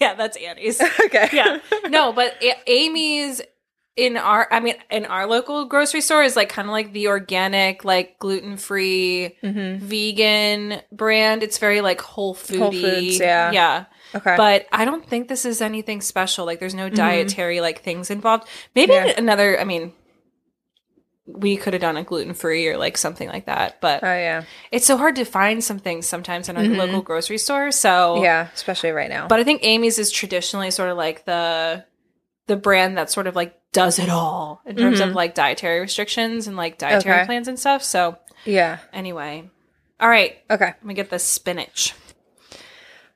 [SPEAKER 3] Yeah, that's Annie's.
[SPEAKER 1] Okay.
[SPEAKER 3] yeah. No, but A- Amy's in our I mean in our local grocery store is like kind of like the organic, like gluten-free,
[SPEAKER 1] hmm
[SPEAKER 3] vegan brand. It's very like whole foody.
[SPEAKER 1] Whole Foods, yeah.
[SPEAKER 3] Yeah.
[SPEAKER 1] Okay.
[SPEAKER 3] But I don't think this is anything special. Like there's no
[SPEAKER 1] Mhm.
[SPEAKER 3] dietary like things involved. Maybe
[SPEAKER 1] Yeah.
[SPEAKER 3] another I mean we could have done a gluten free or like something like that, but
[SPEAKER 1] oh, yeah.
[SPEAKER 3] it's so hard to find some things sometimes in our
[SPEAKER 1] Mhm.
[SPEAKER 3] local grocery store. So
[SPEAKER 1] Yeah. Especially right now.
[SPEAKER 3] but I think Amy's is traditionally sort of like the the brand that sort of like does it all in terms of like dietary restrictions and like dietary
[SPEAKER 1] Mm-hmm. Okay.
[SPEAKER 3] plans and stuff. So
[SPEAKER 1] yeah.
[SPEAKER 3] anyway, all right,
[SPEAKER 1] Okay.
[SPEAKER 3] let me get the spinach.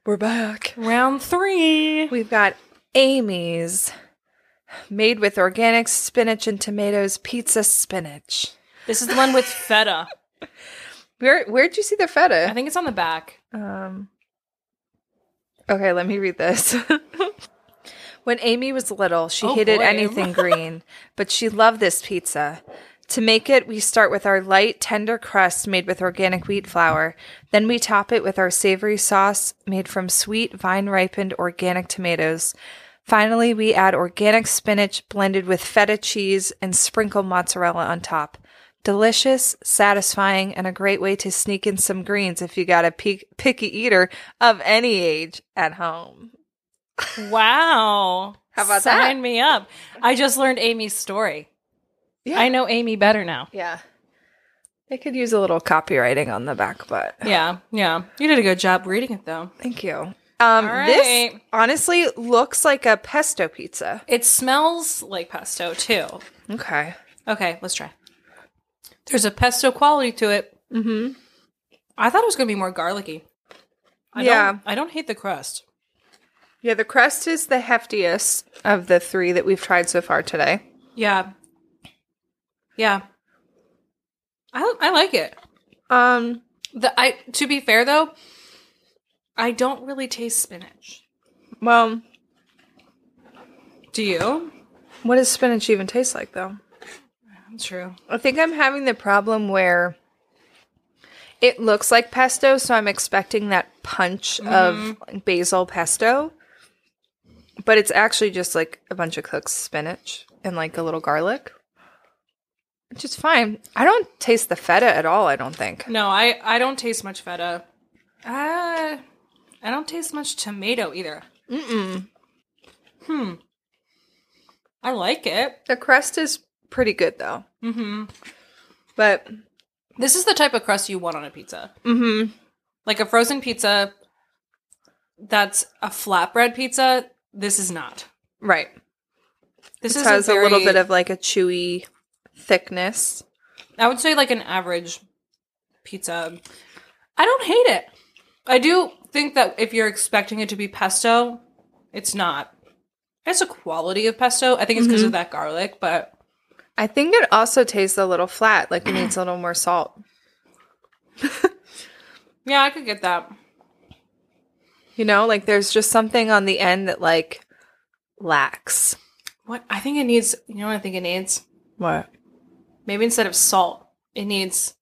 [SPEAKER 1] We're back.
[SPEAKER 3] Round three.
[SPEAKER 1] We've got Amy's made with organic spinach and tomatoes pizza spinach.
[SPEAKER 3] This is the one with feta.
[SPEAKER 1] Where where'd you see the
[SPEAKER 3] I
[SPEAKER 1] feta?
[SPEAKER 3] think it's on the back.
[SPEAKER 1] Um Okay, let me read this. when Amy was little, she
[SPEAKER 3] Oh,
[SPEAKER 1] hated
[SPEAKER 3] boy.
[SPEAKER 1] anything green, but she loved this pizza. To make it, we start with our light, tender crust made with organic wheat flour. Then we top it with our savory sauce made from sweet, vine ripened organic tomatoes. Finally, we add organic spinach blended with feta cheese and sprinkle mozzarella on top. Delicious, satisfying, and a great way to sneak in some greens if you got a pe- picky eater of any age at home.
[SPEAKER 3] Wow.
[SPEAKER 1] How about
[SPEAKER 3] Sign
[SPEAKER 1] that?
[SPEAKER 3] Sign me up. I just learned Amy's story.
[SPEAKER 1] Yeah.
[SPEAKER 3] I know Amy better now.
[SPEAKER 1] Yeah. They could use a little copywriting on the back, but
[SPEAKER 3] Yeah, yeah. You did a good job reading it though.
[SPEAKER 1] thank you.
[SPEAKER 3] All
[SPEAKER 1] Um,
[SPEAKER 3] right.
[SPEAKER 1] This honestly looks like a pesto pizza.
[SPEAKER 3] It smells like pesto too.
[SPEAKER 1] Okay.
[SPEAKER 3] Okay, let's try. There's a pesto quality to it.
[SPEAKER 1] Mm-hmm.
[SPEAKER 3] I thought it was gonna be more garlicky. I
[SPEAKER 1] Yeah.
[SPEAKER 3] Don't, I don't hate the crust.
[SPEAKER 1] Yeah, the crust is the heftiest of the three that we've tried so far today.
[SPEAKER 3] Yeah. Yeah. I I like it.
[SPEAKER 1] Um,
[SPEAKER 3] The I to be fair though, I don't really taste spinach.
[SPEAKER 1] well,
[SPEAKER 3] Do you?
[SPEAKER 1] what does spinach even taste like, though?
[SPEAKER 3] True.
[SPEAKER 1] I think I'm having the problem where it looks like pesto, so I'm expecting that punch
[SPEAKER 3] Mm-hmm.
[SPEAKER 1] of basil pesto. But it's actually just like a bunch of cooked spinach and like a little garlic, which is fine. I don't taste the feta at all, I don't think.
[SPEAKER 3] No, I I don't taste much feta. I I don't taste much tomato either.
[SPEAKER 1] Mm-mm.
[SPEAKER 3] Hmm. I like it.
[SPEAKER 1] The crust is pretty good though.
[SPEAKER 3] Mm-hmm.
[SPEAKER 1] But
[SPEAKER 3] This is the type of crust you want on a pizza.
[SPEAKER 1] mm-hmm.
[SPEAKER 3] Like a frozen pizza that's a flatbread pizza, this is not.
[SPEAKER 1] right.
[SPEAKER 3] This
[SPEAKER 1] This
[SPEAKER 3] is
[SPEAKER 1] has
[SPEAKER 3] a,
[SPEAKER 1] a, little
[SPEAKER 3] very-
[SPEAKER 1] bit of like a chewy thickness.
[SPEAKER 3] I would say like an average pizza. I don't hate it. I do think that if you're expecting it to be pesto, it's not. It's a quality of pesto. I think it's because
[SPEAKER 1] Mm-hmm.
[SPEAKER 3] of that garlic, but
[SPEAKER 1] I think it also tastes a little flat, like it needs a little more salt.
[SPEAKER 3] yeah, I could get that.
[SPEAKER 1] You know, like there's just something on the end that like lacks.
[SPEAKER 3] What I think it needs, you know what I think it needs?
[SPEAKER 1] What?
[SPEAKER 3] maybe instead of salt, it needs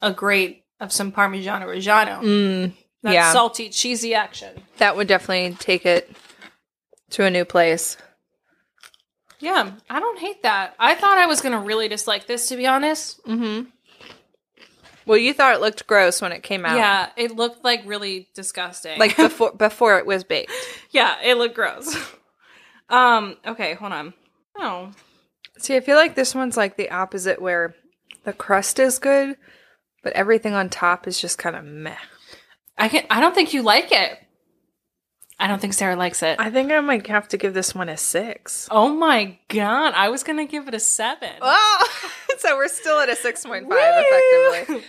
[SPEAKER 3] a grate of some Parmigiano Reggiano.
[SPEAKER 1] Mm,
[SPEAKER 3] that
[SPEAKER 1] yeah.
[SPEAKER 3] salty, cheesy action.
[SPEAKER 1] that would definitely take it to a new place.
[SPEAKER 3] Yeah, I don't hate that. I thought I was gonna really dislike this, to be honest.
[SPEAKER 1] Mm-hmm. Well, you thought it looked gross when it came out.
[SPEAKER 3] Yeah, it looked like really disgusting.
[SPEAKER 1] Like before before it was baked.
[SPEAKER 3] yeah, it looked gross. um, okay, hold on. Oh,
[SPEAKER 1] See, I feel like this one's like the opposite where the crust is good, but everything on top is just kind of meh.
[SPEAKER 3] I can. I don't think you like it. I don't think Sarah likes it.
[SPEAKER 1] I think I might have to give this one a six.
[SPEAKER 3] oh my god, I was gonna give it a seven.
[SPEAKER 1] Oh, so we're still at a 6.5
[SPEAKER 3] Woo!
[SPEAKER 1] effectively.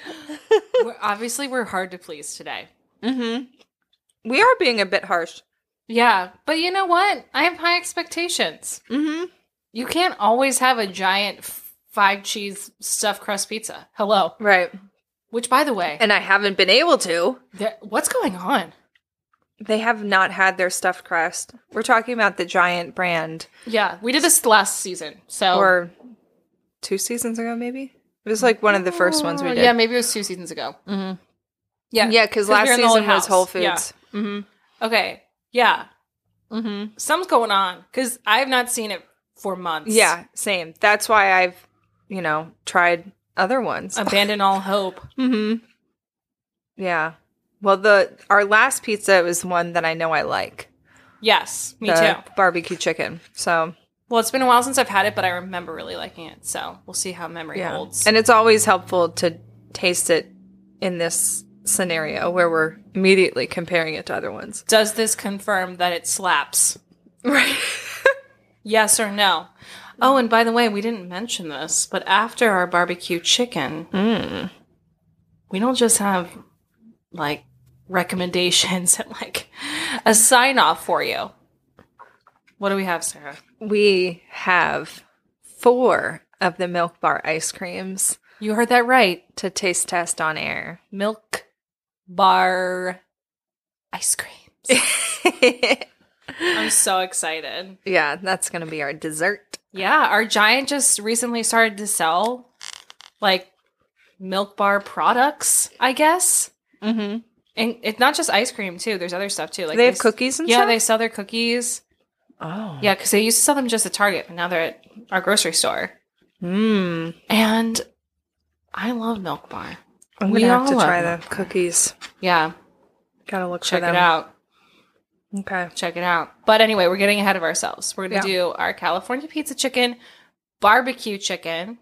[SPEAKER 3] We're- obviously, we're hard to please today.
[SPEAKER 1] Mm-hmm. We are being a bit harsh.
[SPEAKER 3] Yeah, but you know what? I have high expectations.
[SPEAKER 1] Mm-hmm.
[SPEAKER 3] You can't always have a giant f- five cheese stuffed crust pizza. Hello.
[SPEAKER 1] Right.
[SPEAKER 3] Which, by the way,
[SPEAKER 1] And I haven't been able to.
[SPEAKER 3] there, what's going on?
[SPEAKER 1] They have not had their stuffed crust. We're talking about the giant brand.
[SPEAKER 3] Yeah, we did this last season. So
[SPEAKER 1] Or two seasons ago, maybe? It was like one of the first ones we did.
[SPEAKER 3] Oh, Yeah, maybe it was two seasons ago.
[SPEAKER 1] Mhm.
[SPEAKER 3] Yeah.
[SPEAKER 1] Yeah, because
[SPEAKER 3] we
[SPEAKER 1] last
[SPEAKER 3] were in the old
[SPEAKER 1] season was
[SPEAKER 3] house.
[SPEAKER 1] Whole
[SPEAKER 3] Yeah.
[SPEAKER 1] Foods. Mm-hmm.
[SPEAKER 3] Okay. Yeah.
[SPEAKER 1] Mm-hmm.
[SPEAKER 3] Something's going on because I have not seen it for months.
[SPEAKER 1] Yeah, same. That's why I've, you know, tried other ones.
[SPEAKER 3] Abandon all hope.
[SPEAKER 1] Mm-hmm. Yeah. Well, the our last pizza was one that I know I like.
[SPEAKER 3] Yes, me
[SPEAKER 1] the
[SPEAKER 3] too.
[SPEAKER 1] Barbecue chicken. So
[SPEAKER 3] Well, it's been a while since I've had it, but I remember really liking it. So we'll see how memory
[SPEAKER 1] yeah,
[SPEAKER 3] holds.
[SPEAKER 1] and it's always helpful to taste it in this scenario where we're immediately comparing it to other ones.
[SPEAKER 3] Does this confirm that it slaps?
[SPEAKER 1] Right.
[SPEAKER 3] Yes or no? Oh, and by the way, we didn't mention this, but after our barbecue chicken, Hmm. we don't just have like recommendations and like a sign off for you. What do we have, Sarah?
[SPEAKER 1] We have four of the milk bar ice creams
[SPEAKER 3] You heard that right.
[SPEAKER 1] to taste test on air.
[SPEAKER 3] Milk bar ice creams. I'm so excited.
[SPEAKER 1] yeah, that's gonna be our dessert.
[SPEAKER 3] Yeah, our giant just recently started to sell like milk bar products, I guess.
[SPEAKER 1] Mm-hmm.
[SPEAKER 3] And it's not just ice cream too. There's other stuff too. Like
[SPEAKER 1] they have
[SPEAKER 3] s-
[SPEAKER 1] cookies and
[SPEAKER 3] Yeah,
[SPEAKER 1] stuff.
[SPEAKER 3] they sell their cookies.
[SPEAKER 1] oh,
[SPEAKER 3] Yeah, because they used to sell them just at Target, but now they're at our grocery store.
[SPEAKER 1] Mm.
[SPEAKER 3] And I love Milk Bar.
[SPEAKER 1] I'm
[SPEAKER 3] We
[SPEAKER 1] gonna have to
[SPEAKER 3] all love
[SPEAKER 1] try the
[SPEAKER 3] Milk Bar.
[SPEAKER 1] cookies.
[SPEAKER 3] Yeah,
[SPEAKER 1] Gotta look
[SPEAKER 3] check
[SPEAKER 1] for them.
[SPEAKER 3] it out.
[SPEAKER 1] Okay.
[SPEAKER 3] Check it out. But anyway, we're getting ahead of ourselves. We're gonna
[SPEAKER 1] Yeah.
[SPEAKER 3] do our California pizza chicken, barbecue chicken.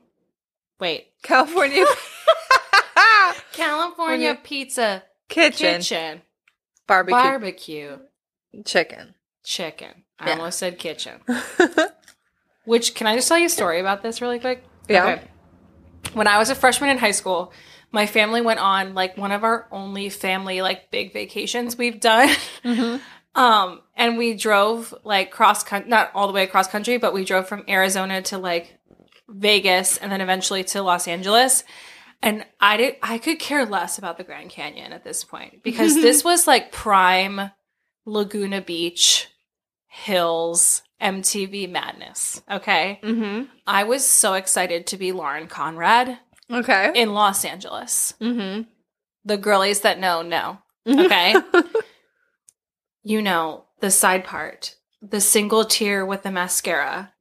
[SPEAKER 3] Wait,
[SPEAKER 1] California
[SPEAKER 3] California
[SPEAKER 1] California
[SPEAKER 3] pizza
[SPEAKER 1] kitchen,
[SPEAKER 3] kitchen,
[SPEAKER 1] barbecue
[SPEAKER 3] barbecue
[SPEAKER 1] chicken.
[SPEAKER 3] chicken. I
[SPEAKER 1] Yeah.
[SPEAKER 3] almost said kitchen. Which can I just tell you a story about this really quick?
[SPEAKER 1] Yeah.
[SPEAKER 3] When I was a freshman in high school, my family went on like one of our only family like big vacations we've done. Um, and we drove like cross country, not all the way across country, but we drove from Arizona to like Vegas and then eventually to Los Angeles. And I did I could care less about the Grand Canyon at this point because this was like prime Laguna Beach Hills MTV madness. Okay.
[SPEAKER 1] Mm-hmm.
[SPEAKER 3] I was so excited to be Lauren Conrad
[SPEAKER 1] Okay.
[SPEAKER 3] in Los Angeles.
[SPEAKER 1] Mm-hmm.
[SPEAKER 3] The girlies that know, know. Okay. you know, the side part, the single tear with the mascara,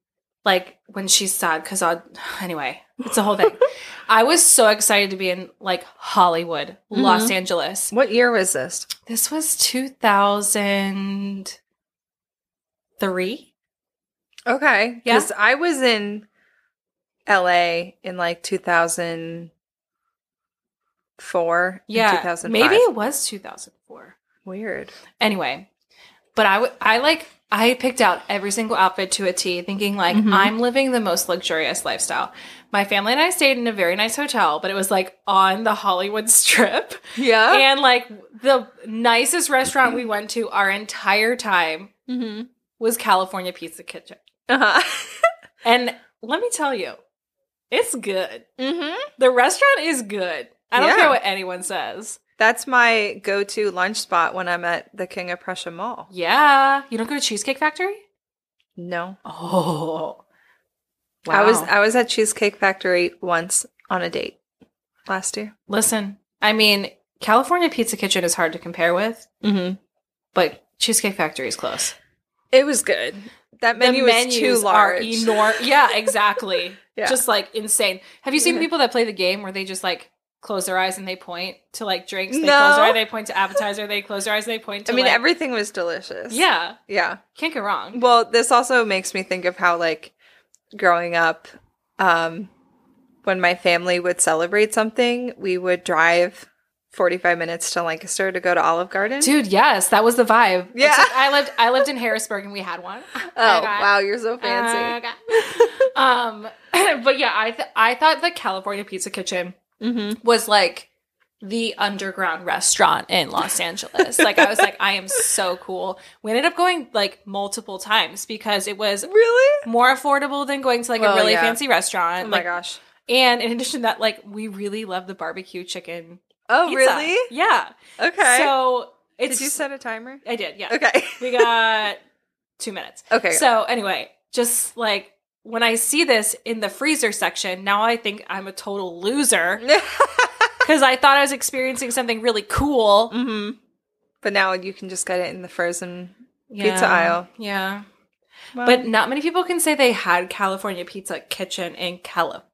[SPEAKER 3] like when she's sad, because I'll, anyway, it's a whole thing. I was so excited to be in like Hollywood, Los Angeles.
[SPEAKER 1] What year was this?
[SPEAKER 3] This was 2003.
[SPEAKER 1] Okay.
[SPEAKER 3] Yeah.
[SPEAKER 1] Because I was in LA in like 2004 and
[SPEAKER 3] Yeah.
[SPEAKER 1] 2005.
[SPEAKER 3] Maybe it was 2004.
[SPEAKER 1] Weird.
[SPEAKER 3] anyway but i w- i like i picked out every single outfit to a t thinking like
[SPEAKER 1] Mhm.
[SPEAKER 3] i'm living the most luxurious lifestyle my family and i stayed in a very nice hotel but it was like on the hollywood strip
[SPEAKER 1] Yeah.
[SPEAKER 3] and like the nicest restaurant we went to our entire time
[SPEAKER 1] mm-hmm.
[SPEAKER 3] was california pizza kitchen
[SPEAKER 1] Uh-huh.
[SPEAKER 3] and let me tell you it's good
[SPEAKER 1] mm-hmm.
[SPEAKER 3] the restaurant is good i don't
[SPEAKER 1] Yeah.
[SPEAKER 3] care what anyone says
[SPEAKER 1] That's my go-to lunch spot when I'm at the King of Prussia Mall.
[SPEAKER 3] yeah you don't go to cheesecake factory
[SPEAKER 1] No.
[SPEAKER 3] oh
[SPEAKER 1] I was I was at Cheesecake Factory once on a date last year.
[SPEAKER 3] Listen, I mean, California Pizza Kitchen is hard to compare with,
[SPEAKER 1] Mm-hmm.
[SPEAKER 3] but Cheesecake Factory is close.
[SPEAKER 1] It was good. That menu was too large.
[SPEAKER 3] Are enor- yeah, exactly.
[SPEAKER 1] Yeah.
[SPEAKER 3] Just like insane. Have you seen
[SPEAKER 1] Yeah.
[SPEAKER 3] people that play the game where they just like close their eyes and they point to like drinks? They
[SPEAKER 1] No.
[SPEAKER 3] close their eye, they point to appetizer, they close their eyes, they point to
[SPEAKER 1] I mean,
[SPEAKER 3] like-
[SPEAKER 1] everything was delicious.
[SPEAKER 3] Yeah.
[SPEAKER 1] yeah.
[SPEAKER 3] Can't go wrong.
[SPEAKER 1] Well, this also makes me think of how like growing up, um, when my family would celebrate something, we would drive forty five minutes to Lancaster to go to Olive Garden.
[SPEAKER 3] Dude, yes, that was the vibe.
[SPEAKER 1] Yeah.
[SPEAKER 3] Except I Uh, lived I lived in Harrisburg and we had one.
[SPEAKER 1] oh wow, you're so fancy.
[SPEAKER 3] Okay. um, but yeah, I th- I thought the California Pizza Kitchen
[SPEAKER 1] Mm-hmm.
[SPEAKER 3] was like the underground restaurant in Los Angeles. like I was like, I am so cool. We ended up going like multiple times because it was
[SPEAKER 1] Really?
[SPEAKER 3] more affordable than going to like
[SPEAKER 1] Well,
[SPEAKER 3] a really
[SPEAKER 1] yeah.
[SPEAKER 3] fancy
[SPEAKER 1] Oh
[SPEAKER 3] restaurant.
[SPEAKER 1] my
[SPEAKER 3] like,
[SPEAKER 1] gosh.
[SPEAKER 3] and in addition to that, like we really love the barbecue chicken.
[SPEAKER 1] Oh,
[SPEAKER 3] pizza.
[SPEAKER 1] really?
[SPEAKER 3] Yeah.
[SPEAKER 1] Okay.
[SPEAKER 3] So it's
[SPEAKER 1] Did you set a timer?
[SPEAKER 3] I did, yeah.
[SPEAKER 1] Okay.
[SPEAKER 3] We got two minutes.
[SPEAKER 1] Okay.
[SPEAKER 3] So anyway, just like when I see this in the freezer section, now I think I'm a total loser because I thought I was experiencing something really cool.
[SPEAKER 1] hmm But now you can just get it in the frozen. Pizza aisle.
[SPEAKER 3] Yeah.
[SPEAKER 1] Well,
[SPEAKER 3] But not many people can say they had California Pizza Kitchen in California.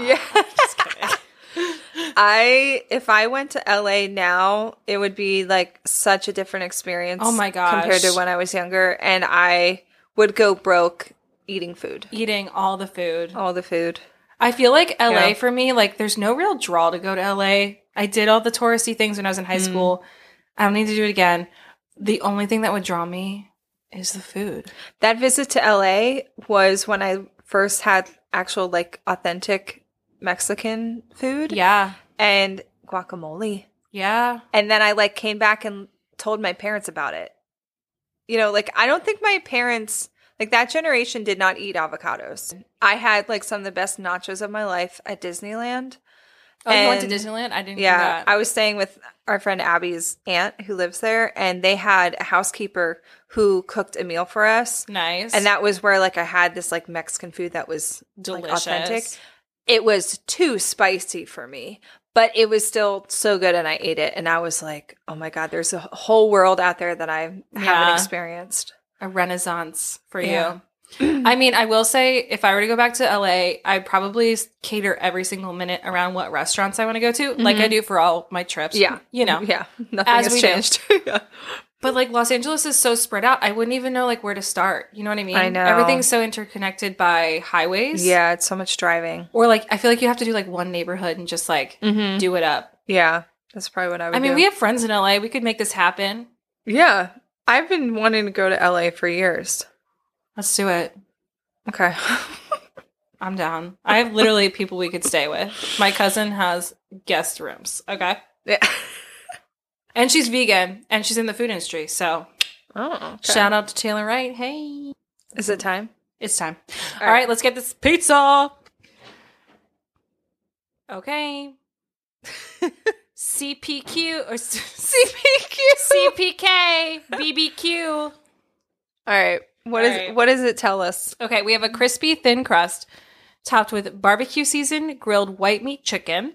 [SPEAKER 1] yeah.
[SPEAKER 3] Just kidding.
[SPEAKER 1] I if I went to LA now, it would be like such a different experience.
[SPEAKER 3] Oh my gosh.
[SPEAKER 1] Compared to when I was younger, and I would go broke eating food,
[SPEAKER 3] Eating all the food.
[SPEAKER 1] all the food.
[SPEAKER 3] I feel like LA
[SPEAKER 1] Yeah.
[SPEAKER 3] for me, like there's no real draw to go to LA. I did all the touristy things when I was in high
[SPEAKER 1] Mm.
[SPEAKER 3] school. I don't need to do it again. The only thing that would draw me is the food.
[SPEAKER 1] That visit to LA was when I first had actual like authentic Mexican food
[SPEAKER 3] Yeah.
[SPEAKER 1] and guacamole,
[SPEAKER 3] Yeah.
[SPEAKER 1] and then I like came back and told my parents about it. You know, like I don't think my parents like that generation did not eat avocados. I had like some of the best nachos of my life at Disneyland.
[SPEAKER 3] Oh, you went to
[SPEAKER 1] And-
[SPEAKER 3] Disneyland? I didn't do
[SPEAKER 1] Yeah,
[SPEAKER 3] that.
[SPEAKER 1] I was staying with our friend Abby's aunt who lives there, and they had a housekeeper who cooked a meal for us.
[SPEAKER 3] nice.
[SPEAKER 1] And that was where like I had this like Mexican food that was like,
[SPEAKER 3] delicious.
[SPEAKER 1] authentic. It was too spicy for me, but it was still so good, and I ate it, and I was like, oh my god, there's a whole world out there that I haven't
[SPEAKER 3] Yeah.
[SPEAKER 1] experienced.
[SPEAKER 3] A renaissance for
[SPEAKER 1] Yeah.
[SPEAKER 3] you. I mean, I will say if I were to go back to LA, I'd probably s- cater every single minute around what restaurants I want to go to, like I do for all my trips.
[SPEAKER 1] Mm-hmm. Yeah.
[SPEAKER 3] You know.
[SPEAKER 1] Yeah, nothing
[SPEAKER 3] As
[SPEAKER 1] has
[SPEAKER 3] we do.
[SPEAKER 1] changed. Yeah.
[SPEAKER 3] But like Los Angeles is so spread out, I wouldn't even know like where to start. You know what I mean?
[SPEAKER 1] I know.
[SPEAKER 3] Everything's so interconnected by highways.
[SPEAKER 1] yeah, it's so much driving.
[SPEAKER 3] Or like I feel like you have to do like one neighborhood and just like
[SPEAKER 1] Mm-hmm.
[SPEAKER 3] do it up.
[SPEAKER 1] Yeah, that's probably what I would.
[SPEAKER 3] I mean,
[SPEAKER 1] do.
[SPEAKER 3] we have friends in LA. We could make this happen.
[SPEAKER 1] Yeah. I've been wanting to go to LA for years.
[SPEAKER 3] Let's do it.
[SPEAKER 1] Okay.
[SPEAKER 3] I'm down. I have literally people we could stay with. My cousin has guest rooms. Okay.
[SPEAKER 1] yeah.
[SPEAKER 3] And she's vegan and she's in the food industry. So
[SPEAKER 1] Oh.
[SPEAKER 3] shout out to Taylor Wright. Hey.
[SPEAKER 1] Is it time?
[SPEAKER 3] It's time.
[SPEAKER 1] All
[SPEAKER 3] All
[SPEAKER 1] right.
[SPEAKER 3] right, let's get this pizza. Okay. CPQ or s-
[SPEAKER 1] CPQ.
[SPEAKER 3] CPK BBQ.
[SPEAKER 1] All right. What is
[SPEAKER 3] All right.
[SPEAKER 1] what does it tell us?
[SPEAKER 3] Okay, we have a crispy thin crust topped with barbecue seasoned grilled white meat chicken,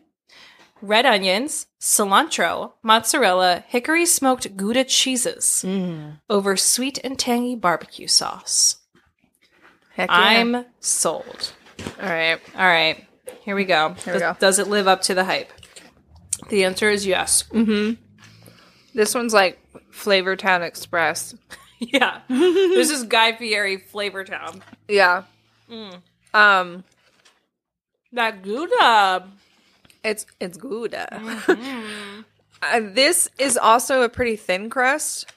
[SPEAKER 3] red onions, cilantro, mozzarella, hickory smoked Gouda cheeses
[SPEAKER 1] Mm.
[SPEAKER 3] over sweet and tangy barbecue sauce.
[SPEAKER 1] Heck yeah.
[SPEAKER 3] I'm sold.
[SPEAKER 1] All right.
[SPEAKER 3] All right, here we go.
[SPEAKER 1] Here we
[SPEAKER 3] Does-
[SPEAKER 1] go.
[SPEAKER 3] Does it live up to the hype? The answer is yes.
[SPEAKER 1] This one's like Flavor Town Express.
[SPEAKER 3] Yeah. this is Guy Fieri Flavor Town.
[SPEAKER 1] Yeah. Um
[SPEAKER 3] That Gouda.
[SPEAKER 1] it's it's good. uh, this is also a pretty thin crust.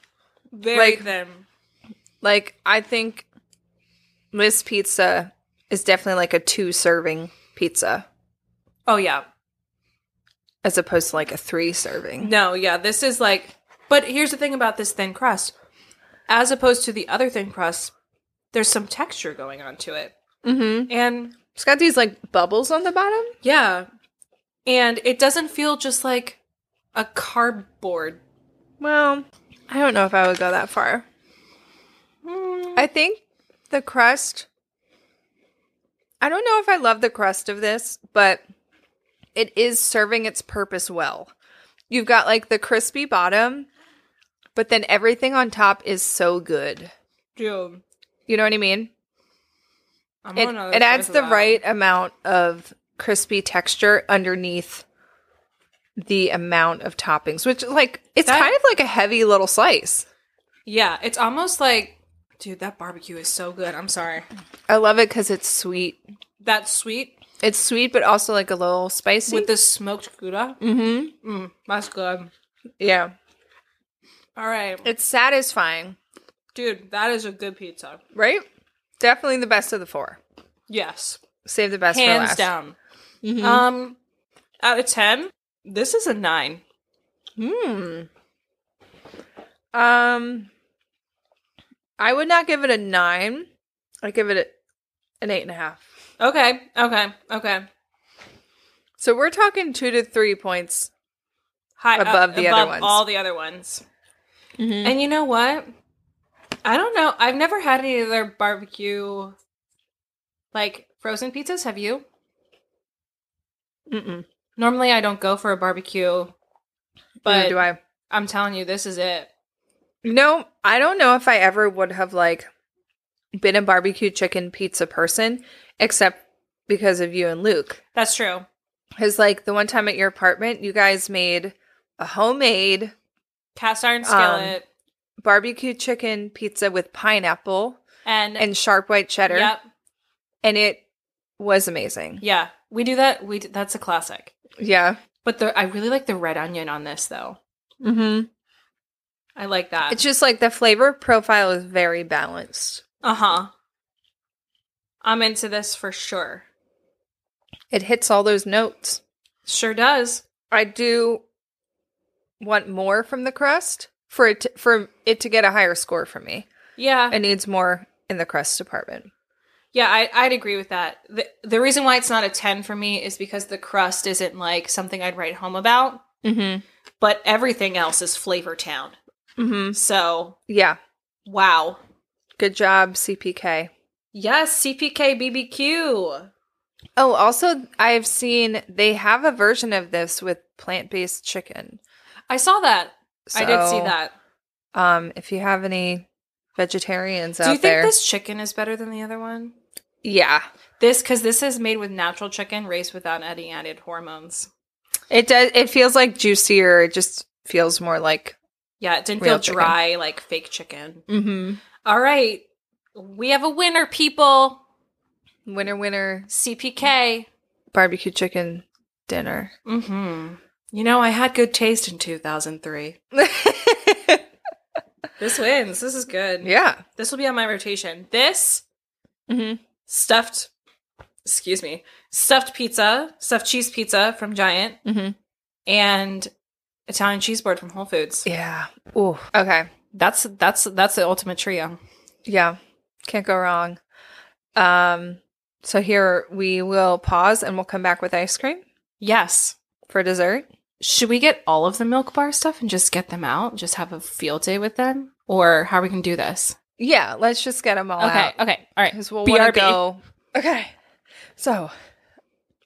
[SPEAKER 3] Very
[SPEAKER 1] Like-
[SPEAKER 3] thin.
[SPEAKER 1] Like I think this pizza is definitely like a two serving pizza
[SPEAKER 3] Oh, yeah.
[SPEAKER 1] as opposed to like a three serving.
[SPEAKER 3] No, yeah. This is like, but here's the thing about this thin crust. As opposed to the other thin crust, there's some texture going on to it. Mm-hmm. And
[SPEAKER 1] It's got these like bubbles on the bottom.
[SPEAKER 3] yeah. And it doesn't feel just like a cardboard.
[SPEAKER 1] Well, I don't know if I would go that far. I think the crust. I don't know if I love the crust of this, but it is serving its purpose well. You've got like the crispy bottom, but then everything on top is so good.
[SPEAKER 3] Dude.
[SPEAKER 1] You know what I mean?
[SPEAKER 3] I'm
[SPEAKER 1] It,
[SPEAKER 3] on another
[SPEAKER 1] it adds
[SPEAKER 3] slice of
[SPEAKER 1] the
[SPEAKER 3] that.
[SPEAKER 1] right amount of crispy texture underneath the amount of toppings, which like it's
[SPEAKER 3] That-
[SPEAKER 1] kind of like a heavy little slice.
[SPEAKER 3] Yeah, it's almost like, dude, that barbecue is so good. I'm sorry.
[SPEAKER 1] I love it because it's sweet.
[SPEAKER 3] That sweet
[SPEAKER 1] It's sweet, but also like a little spicy.
[SPEAKER 3] with the smoked gouda.
[SPEAKER 1] mm-hmm.
[SPEAKER 3] Mm, that's good.
[SPEAKER 1] Yeah,
[SPEAKER 3] All right,
[SPEAKER 1] it's satisfying,
[SPEAKER 3] dude, that is a good pizza.
[SPEAKER 1] right? Definitely the best of the four.
[SPEAKER 3] Yes.
[SPEAKER 1] Save the best for
[SPEAKER 3] Hands
[SPEAKER 1] last.
[SPEAKER 3] down.
[SPEAKER 1] Mhm.
[SPEAKER 3] Um out of 10, this is a 9.
[SPEAKER 1] Hmm. Um, I would not give it a nine. I give it a, an eight and a half.
[SPEAKER 3] Okay. Okay. Okay.
[SPEAKER 1] So we're talking two to three points.
[SPEAKER 3] High uh,
[SPEAKER 1] Above the other ones.
[SPEAKER 3] All the other ones.
[SPEAKER 1] Mm-hmm.
[SPEAKER 3] And you know what? I don't know. I've never had any of their barbecue like frozen pizzas. Have you?
[SPEAKER 1] Mm-mm.
[SPEAKER 3] Normally I don't go for a barbecue,
[SPEAKER 1] Neither
[SPEAKER 3] but
[SPEAKER 1] do I?
[SPEAKER 3] I'm telling you this is it.
[SPEAKER 1] No, I don't know if I ever would have like been a barbecue chicken pizza person, except because of you and Luke.
[SPEAKER 3] That's true.
[SPEAKER 1] Because like the one time at your apartment, you guys made a homemade
[SPEAKER 3] Cast iron
[SPEAKER 1] Um,
[SPEAKER 3] skillet
[SPEAKER 1] barbecue chicken pizza with pineapple
[SPEAKER 3] and,
[SPEAKER 1] and sharp white cheddar.
[SPEAKER 3] yep.
[SPEAKER 1] and it was amazing.
[SPEAKER 3] Yeah. We do that. We do, that's a classic.
[SPEAKER 1] Yeah.
[SPEAKER 3] But the I really like the red onion on this though.
[SPEAKER 1] Mm-hmm.
[SPEAKER 3] I like that.
[SPEAKER 1] It's just like the flavor profile is very balanced.
[SPEAKER 3] uh-huh. I'm into this for sure.
[SPEAKER 1] It hits all those notes.
[SPEAKER 3] Sure does.
[SPEAKER 1] I do want more from the crust for it to, for it to get a higher score for me.
[SPEAKER 3] Yeah.
[SPEAKER 1] It needs more in the crust department.
[SPEAKER 3] Yeah, I, I'd agree with that. The, the reason why it's not a 10 for me is because the crust isn't like something I'd write home about,
[SPEAKER 1] Mm-hmm.
[SPEAKER 3] but everything else is Flavor Town.
[SPEAKER 1] Mm-hmm.
[SPEAKER 3] So,
[SPEAKER 1] Yeah.
[SPEAKER 3] wow.
[SPEAKER 1] Good job, CPK.
[SPEAKER 3] Yes, CPK BBQ.
[SPEAKER 1] Oh, also, I've seen they have a version of this with plant based chicken.
[SPEAKER 3] I saw that. I did see
[SPEAKER 1] So,
[SPEAKER 3] that.
[SPEAKER 1] Um, if you have any vegetarians
[SPEAKER 3] Do
[SPEAKER 1] out
[SPEAKER 3] you think
[SPEAKER 1] there,
[SPEAKER 3] this chicken is better than the other one?
[SPEAKER 1] yeah,
[SPEAKER 3] This, because this is made with natural chicken raised without any added hormones.
[SPEAKER 1] It does. It feels like juicier. It just feels more like.
[SPEAKER 3] Yeah, it didn't
[SPEAKER 1] Real
[SPEAKER 3] feel
[SPEAKER 1] chicken.
[SPEAKER 3] dry like fake chicken.
[SPEAKER 1] Mm-hmm.
[SPEAKER 3] All right. We have a winner, people.
[SPEAKER 1] Winner, winner,
[SPEAKER 3] CPK.
[SPEAKER 1] barbecue chicken dinner.
[SPEAKER 3] Mm-hmm. You know, I had good taste in 2003. This wins. This is good.
[SPEAKER 1] yeah.
[SPEAKER 3] This will be on my rotation. This
[SPEAKER 1] Mm-hmm.
[SPEAKER 3] stuffed, excuse me, stuffed pizza, stuffed cheese pizza from Giant,
[SPEAKER 1] Mm-hmm.
[SPEAKER 3] and Italian cheese board from Whole Foods.
[SPEAKER 1] Yeah. Ooh. Okay.
[SPEAKER 3] That's that's that's the ultimate trio.
[SPEAKER 1] Yeah. Can't go wrong. Um. So here we will pause and we'll come back with ice cream
[SPEAKER 3] Yes.
[SPEAKER 1] for dessert.
[SPEAKER 3] Should we get all of the milk bar stuff and just get them out? Just have a field day with them? Or how are we gonna do this?
[SPEAKER 1] Yeah. Let's just get them all
[SPEAKER 3] okay,
[SPEAKER 1] out
[SPEAKER 3] okay, all right.
[SPEAKER 1] because we'll want
[SPEAKER 3] BRB.
[SPEAKER 1] to go. Okay. So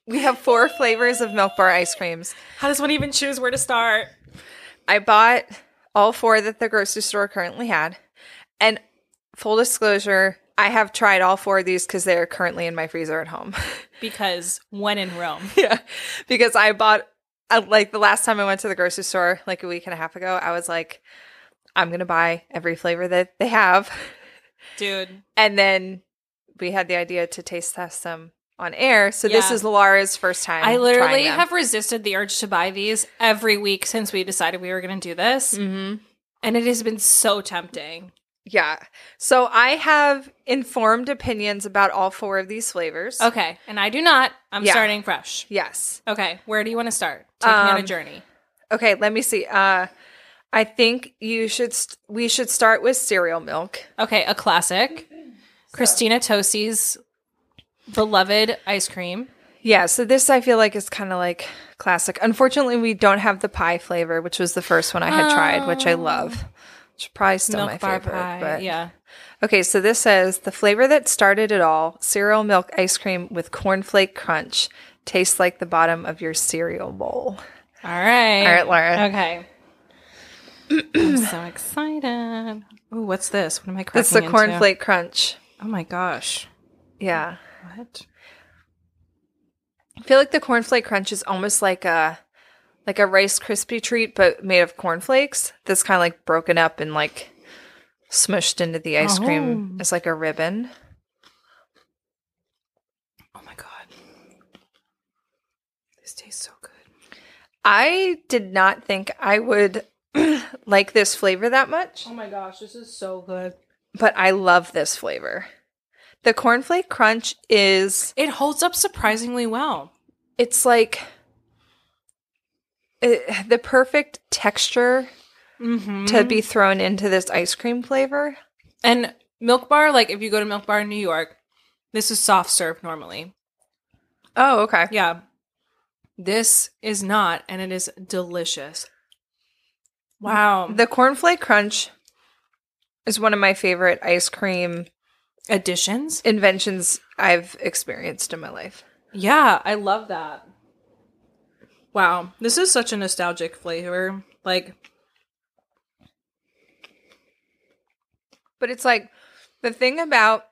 [SPEAKER 1] we have four flavors of milk bar ice creams.
[SPEAKER 3] How does one even choose where to start?
[SPEAKER 1] I bought all four that the grocery store currently had. And full disclosure, I have tried all four of these because they are currently in my freezer at home.
[SPEAKER 3] Because when in Rome.
[SPEAKER 1] yeah. Because I bought, uh, like, the last time I went to the grocery store, like a week and a half ago, I was like, I'm going to buy every flavor that they have.
[SPEAKER 3] Dude.
[SPEAKER 1] And then we had the idea to taste test them on air. So this
[SPEAKER 3] Yeah.
[SPEAKER 1] is Laura's first time.
[SPEAKER 3] I literally
[SPEAKER 1] trying them.
[SPEAKER 3] have resisted the urge to buy these every week since we decided we were going to do this,
[SPEAKER 1] Mhm.
[SPEAKER 3] and it has been so tempting.
[SPEAKER 1] Yeah. So I have informed opinions about all four of these flavors.
[SPEAKER 3] Okay, and I do not. I'm
[SPEAKER 1] Yeah.
[SPEAKER 3] starting fresh.
[SPEAKER 1] Yes.
[SPEAKER 3] Okay, where do you want to start? Taking on a
[SPEAKER 1] Um,
[SPEAKER 3] journey.
[SPEAKER 1] Okay, let me see. Uh I think you should st- we should start with cereal milk.
[SPEAKER 3] Okay, a classic, Christina Tosi's beloved ice cream.
[SPEAKER 1] Yeah, so this I feel like is kind of like classic. Unfortunately, we don't have the pie flavor, which was the first one I had tried, which I love. Which is probably still my
[SPEAKER 3] Um, Milk bar
[SPEAKER 1] favorite.
[SPEAKER 3] pie.
[SPEAKER 1] But
[SPEAKER 3] Yeah.
[SPEAKER 1] Okay, so this says the flavor that started it all, cereal milk ice cream with cornflake crunch, tastes like the bottom of your cereal bowl.
[SPEAKER 3] All right.
[SPEAKER 1] All right, Laura.
[SPEAKER 3] Okay. I'm so excited. Ooh, what's this? What am I cracking
[SPEAKER 1] It's the
[SPEAKER 3] into?
[SPEAKER 1] cornflake crunch.
[SPEAKER 3] Oh my gosh.
[SPEAKER 1] Yeah.
[SPEAKER 3] What?
[SPEAKER 1] I feel like the cornflake crunch is almost like a like a rice crispy treat but made of cornflakes. That's kind of like broken up and like smushed into the ice cream as like a ribbon.
[SPEAKER 3] Oh my god. This tastes so good.
[SPEAKER 1] I did not think I would like Oh this flavor that much,
[SPEAKER 3] my gosh, this is so good.
[SPEAKER 1] but I love this flavor. The cornflake crunch is
[SPEAKER 3] It holds up surprisingly well.
[SPEAKER 1] it's like it, the perfect texture
[SPEAKER 3] Mm-hmm.
[SPEAKER 1] to be thrown into this ice cream flavor.
[SPEAKER 3] and Milk Bar, like if you go to Milk Bar in New York, this is soft serve normally.
[SPEAKER 1] Oh, okay.
[SPEAKER 3] Yeah. This is not, and it is delicious. Wow.
[SPEAKER 1] The cornflake crunch is one of my favorite ice cream
[SPEAKER 3] additions.
[SPEAKER 1] inventions I've experienced in my life.
[SPEAKER 3] Yeah, I love that. Wow, this is such a nostalgic flavor. Like,
[SPEAKER 1] But it's like the thing about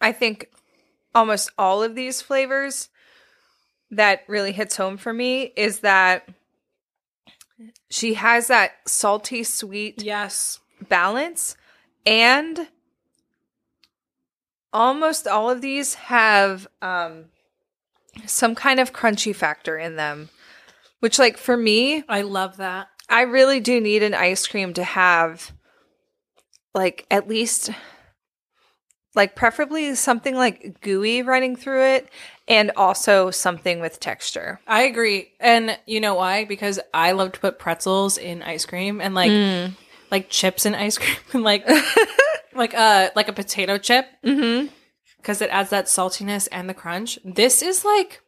[SPEAKER 1] I think almost all of these flavors that really hits home for me is that she has that salty sweet
[SPEAKER 3] yes.
[SPEAKER 1] balance and almost all of these have um some kind of crunchy factor in them which like for me
[SPEAKER 3] I love that.
[SPEAKER 1] I really do need an ice cream to have like at least like preferably something like gooey running through it and also something with texture.
[SPEAKER 3] I agree. And you know why? Because I love to put pretzels in ice cream and like like chips in ice cream and like like uh like a potato chip
[SPEAKER 1] Mhm.
[SPEAKER 3] because it adds that saltiness and the crunch. This is like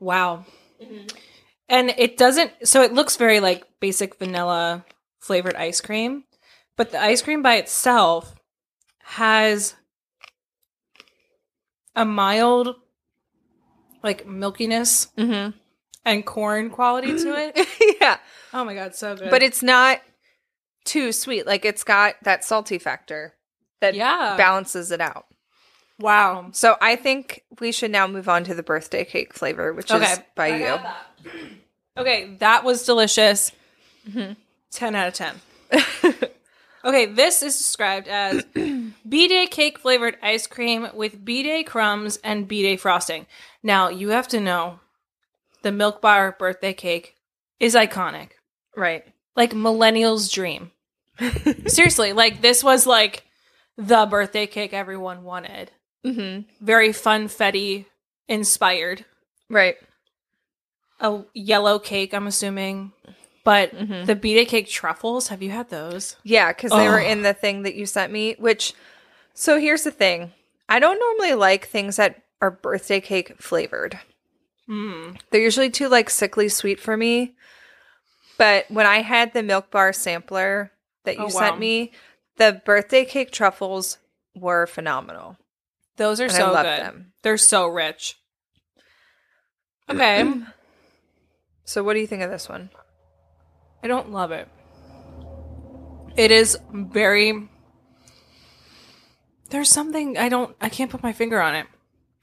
[SPEAKER 3] wow. And it doesn't so it looks very like basic vanilla flavored ice cream, but the ice cream by itself has a mild like milkiness
[SPEAKER 1] Mhm.
[SPEAKER 3] and corn quality to it.
[SPEAKER 1] yeah.
[SPEAKER 3] Oh my god, so good.
[SPEAKER 1] But it's not too sweet. Like it's got that salty factor that
[SPEAKER 3] Yeah.
[SPEAKER 1] balances it out.
[SPEAKER 3] wow.
[SPEAKER 1] So I think we should now move on to the birthday cake flavor, which is by you.
[SPEAKER 3] Okay, that was delicious. 10 out of 10. okay, this is described as B Day cake flavored ice cream with B Day crumbs and B Day frosting. Now, you have to know the Milk Bar birthday cake is iconic,
[SPEAKER 1] Right.
[SPEAKER 3] like millennials' dream. Seriously, like this was like the birthday cake everyone wanted.
[SPEAKER 1] Mhm.
[SPEAKER 3] Very funfetti inspired.
[SPEAKER 1] Right.
[SPEAKER 3] a yellow cake, I'm assuming. But
[SPEAKER 1] Mm-hmm.
[SPEAKER 3] the beta cake truffles, have you had those?
[SPEAKER 1] Yeah, because they were
[SPEAKER 3] Ugh.
[SPEAKER 1] in the thing that you sent me. Which, so here's the thing: I don't normally like things that are birthday cake flavored.
[SPEAKER 3] Mm.
[SPEAKER 1] They're usually too like sickly sweet for me. But when I had the milk bar sampler that you
[SPEAKER 3] Oh, wow.
[SPEAKER 1] sent me, the birthday cake truffles were phenomenal.
[SPEAKER 3] Those are
[SPEAKER 1] And I
[SPEAKER 3] so
[SPEAKER 1] love
[SPEAKER 3] good.
[SPEAKER 1] them.
[SPEAKER 3] They're so rich. Okay.
[SPEAKER 1] So, what do you think of this one?
[SPEAKER 3] I don't love it. It is very There's something I don't I can't put my finger on it.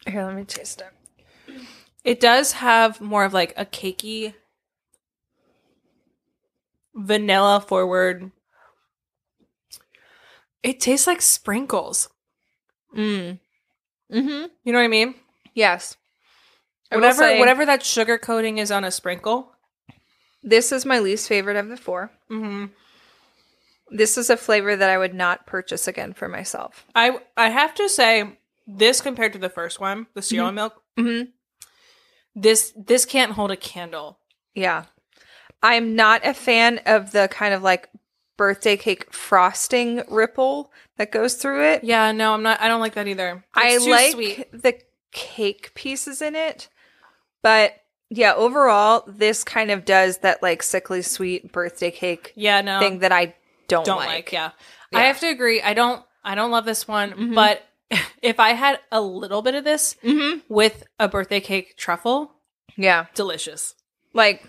[SPEAKER 1] Here, let me taste it.
[SPEAKER 3] It does have more of like a cakey vanilla forward. It tastes like sprinkles.
[SPEAKER 1] Mm. Hmm.
[SPEAKER 3] You know what I mean?
[SPEAKER 1] Yes. I will
[SPEAKER 3] whatever
[SPEAKER 1] say,
[SPEAKER 3] whatever that sugar coating is on a sprinkle.
[SPEAKER 1] This is my least favorite of the four.
[SPEAKER 3] Mm-hmm.
[SPEAKER 1] This is a flavor that I would not purchase again for myself.
[SPEAKER 3] I I have to say this compared to the first one, the cereal and milk.
[SPEAKER 1] hmm
[SPEAKER 3] This this can't hold a candle.
[SPEAKER 1] Yeah. I'm not a fan of the kind of like birthday cake frosting ripple that goes through it.
[SPEAKER 3] Yeah, no, I'm not. I don't like that either.
[SPEAKER 1] I
[SPEAKER 3] It's too
[SPEAKER 1] like
[SPEAKER 3] sweet.
[SPEAKER 1] the cake pieces in it, but yeah, overall, this kind of does that like sickly sweet birthday cake
[SPEAKER 3] Yeah, no,
[SPEAKER 1] thing that I don't,
[SPEAKER 3] don't like.
[SPEAKER 1] like.
[SPEAKER 3] Yeah.
[SPEAKER 1] Yeah. Mm-hmm.
[SPEAKER 3] I have to agree. I don't. I don't love this one. But if I had a little bit of this
[SPEAKER 1] Mhm.
[SPEAKER 3] with a birthday cake truffle,
[SPEAKER 1] Yeah.
[SPEAKER 3] delicious.
[SPEAKER 1] Like,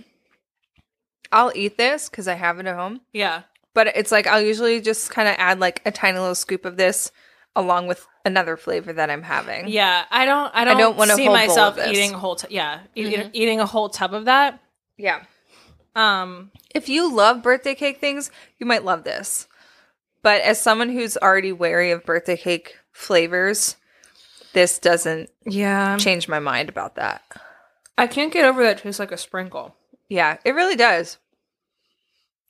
[SPEAKER 1] I'll eat this because I have it at home,
[SPEAKER 3] Yeah.
[SPEAKER 1] but it's like I'll usually just kind of add like a tiny little scoop of this along with another flavor that I'm having.
[SPEAKER 3] Yeah, I don't. I don't,
[SPEAKER 1] don't want a
[SPEAKER 3] see
[SPEAKER 1] whole bowl of
[SPEAKER 3] myself
[SPEAKER 1] this. Mm-hmm.
[SPEAKER 3] eating a whole. T- yeah, eat- eating a whole tub of that.
[SPEAKER 1] Yeah.
[SPEAKER 3] Um,
[SPEAKER 1] If you love birthday cake things, you might love this. But as someone who's already wary of birthday cake flavors, this doesn't
[SPEAKER 3] yeah,
[SPEAKER 1] change my mind about that.
[SPEAKER 3] I can't get over that. Tastes like a sprinkle.
[SPEAKER 1] Yeah, it really does.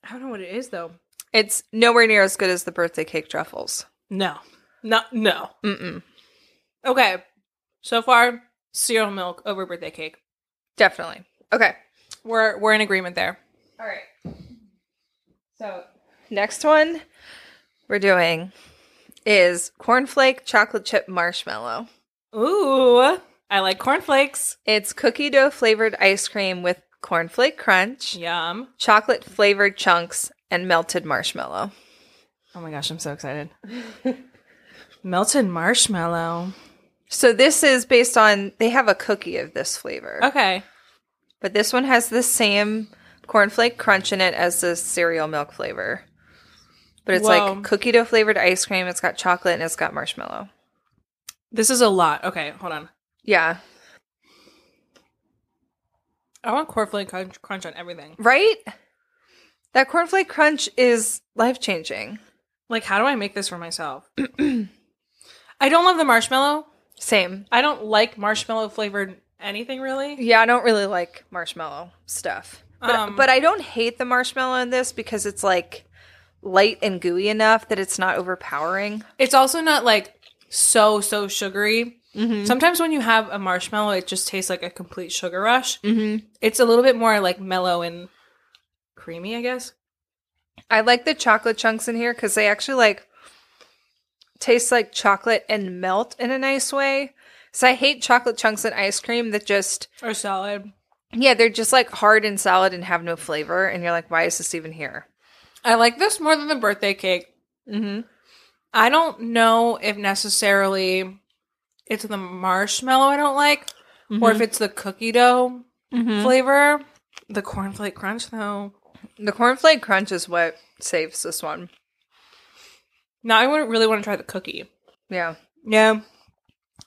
[SPEAKER 3] I don't know what it is though.
[SPEAKER 1] It's nowhere near as good as the birthday cake truffles.
[SPEAKER 3] No, no, no.
[SPEAKER 1] Mm-mm.
[SPEAKER 3] Okay. So far, cereal milk over birthday cake.
[SPEAKER 1] Definitely. Okay.
[SPEAKER 3] We're we're in agreement there.
[SPEAKER 1] All right. So next one we're doing is cornflake chocolate chip marshmallow.
[SPEAKER 3] Ooh. I like cornflakes.
[SPEAKER 1] It's cookie dough flavored ice cream with cornflake crunch,
[SPEAKER 3] Yum.
[SPEAKER 1] chocolate flavored chunks, and melted marshmallow.
[SPEAKER 3] Oh my gosh, I'm so excited. Melted marshmallow.
[SPEAKER 1] So this is based on they have a cookie of this flavor.
[SPEAKER 3] Okay.
[SPEAKER 1] But this one has the same cornflake crunch in it as the cereal milk flavor. But it's
[SPEAKER 3] Whoa.
[SPEAKER 1] like cookie dough flavored ice cream. It's got chocolate and it's got marshmallow.
[SPEAKER 3] This is a lot. Okay, hold on.
[SPEAKER 1] Yeah.
[SPEAKER 3] I want cornflake crunch, crunch on everything.
[SPEAKER 1] Right? That cornflake crunch is life changing.
[SPEAKER 3] Like, how do I make this for myself? I don't love the marshmallow.
[SPEAKER 1] Same.
[SPEAKER 3] I don't like marshmallow flavored anything really.
[SPEAKER 1] Yeah, I don't really like marshmallow stuff. But,
[SPEAKER 3] Um,
[SPEAKER 1] but I don't hate the marshmallow in this because it's like light and gooey enough that it's not overpowering.
[SPEAKER 3] It's also not like so so sugary. Sometimes when you have a marshmallow, it just tastes like a complete sugar rush.
[SPEAKER 1] Mm-hmm.
[SPEAKER 3] It's a little bit more like mellow and creamy, I guess.
[SPEAKER 1] I like the chocolate chunks in here because they actually like taste like chocolate and melt in a nice way. So I hate chocolate chunks in ice cream that just
[SPEAKER 3] Or solid.
[SPEAKER 1] yeah they're just like hard and solid and have no flavor and you're like why is this even here?
[SPEAKER 3] I like this more than the birthday cake.
[SPEAKER 1] Mm-hmm.
[SPEAKER 3] I don't know if necessarily it's the marshmallow I don't like, or if it's the cookie dough flavor. The cornflake crunch though.
[SPEAKER 1] The cornflake crunch is what saves this one.
[SPEAKER 3] Now I wouldn't really want to try the cookie.
[SPEAKER 1] Yeah.
[SPEAKER 3] Yeah.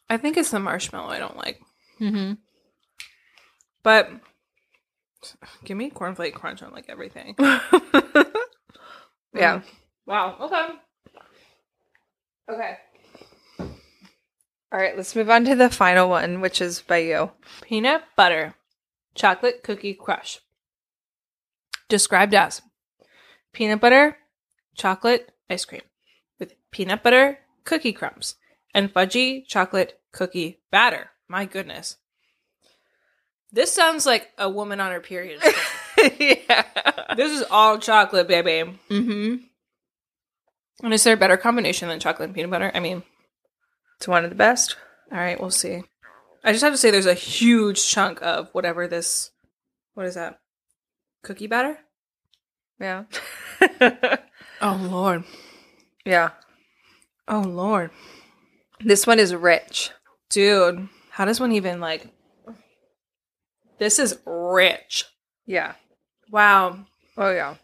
[SPEAKER 3] I think it's the marshmallow I don't like.
[SPEAKER 1] Mm-hmm.
[SPEAKER 3] But give me cornflake crunch on like everything. Mm.
[SPEAKER 1] Yeah.
[SPEAKER 3] Wow. Okay.
[SPEAKER 1] Okay. All right, let's move on to the final one, which is by you.
[SPEAKER 3] Peanut butter chocolate cookie crush. Described as peanut butter chocolate ice cream with peanut butter cookie crumbs and fudgy chocolate cookie batter. My goodness. This sounds like a woman on her period.
[SPEAKER 1] yeah.
[SPEAKER 3] this is all chocolate, baby.
[SPEAKER 1] Mm-hmm.
[SPEAKER 3] And is there a better combination than chocolate and peanut butter? I mean,
[SPEAKER 1] It's one of the best.
[SPEAKER 3] all right, we'll see. I just have to say there's a huge chunk of whatever this what is that? Cookie batter?
[SPEAKER 1] Yeah.
[SPEAKER 3] Oh lord.
[SPEAKER 1] yeah.
[SPEAKER 3] Oh lord.
[SPEAKER 1] This one is rich.
[SPEAKER 3] Dude, how does one even like This is rich.
[SPEAKER 1] Yeah.
[SPEAKER 3] Wow.
[SPEAKER 1] Oh yeah.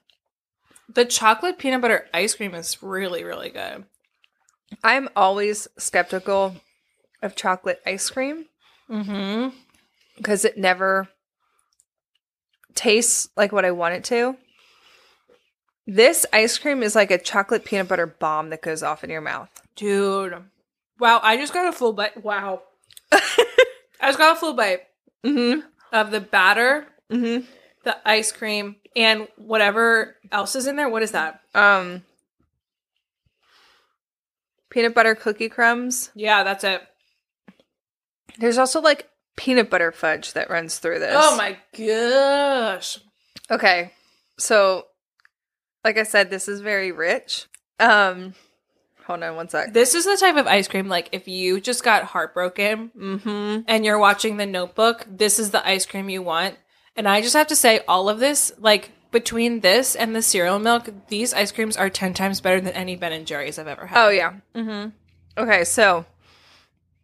[SPEAKER 3] The chocolate peanut butter ice cream is really really good.
[SPEAKER 1] I'm always skeptical of chocolate ice cream
[SPEAKER 3] Mhm.
[SPEAKER 1] because it never tastes like what I want it to. This ice cream is like a chocolate peanut butter bomb that goes off in your mouth.
[SPEAKER 3] Dude. Wow, I just got a full bite. Wow. I just got a full bite
[SPEAKER 1] Mm-hmm.
[SPEAKER 3] of the batter
[SPEAKER 1] Mm-hmm.
[SPEAKER 3] the ice cream and whatever else is in there. What is that?
[SPEAKER 1] Um peanut butter cookie crumbs.
[SPEAKER 3] Yeah, that's it.
[SPEAKER 1] There's also like peanut butter fudge that runs through this.
[SPEAKER 3] Oh my gosh.
[SPEAKER 1] Okay. So like I said, this is very rich. Um hold on one sec.
[SPEAKER 3] This is the type of ice cream like if you just got heartbroken
[SPEAKER 1] Mm-hmm.
[SPEAKER 3] and you're watching the notebook, this is the ice cream you want. And I just have to say all of this like between this and the cereal milk, these ice creams are 10 times better than any Ben and Jerry's I've ever had.
[SPEAKER 1] Oh yeah. Mm-hmm. Okay, so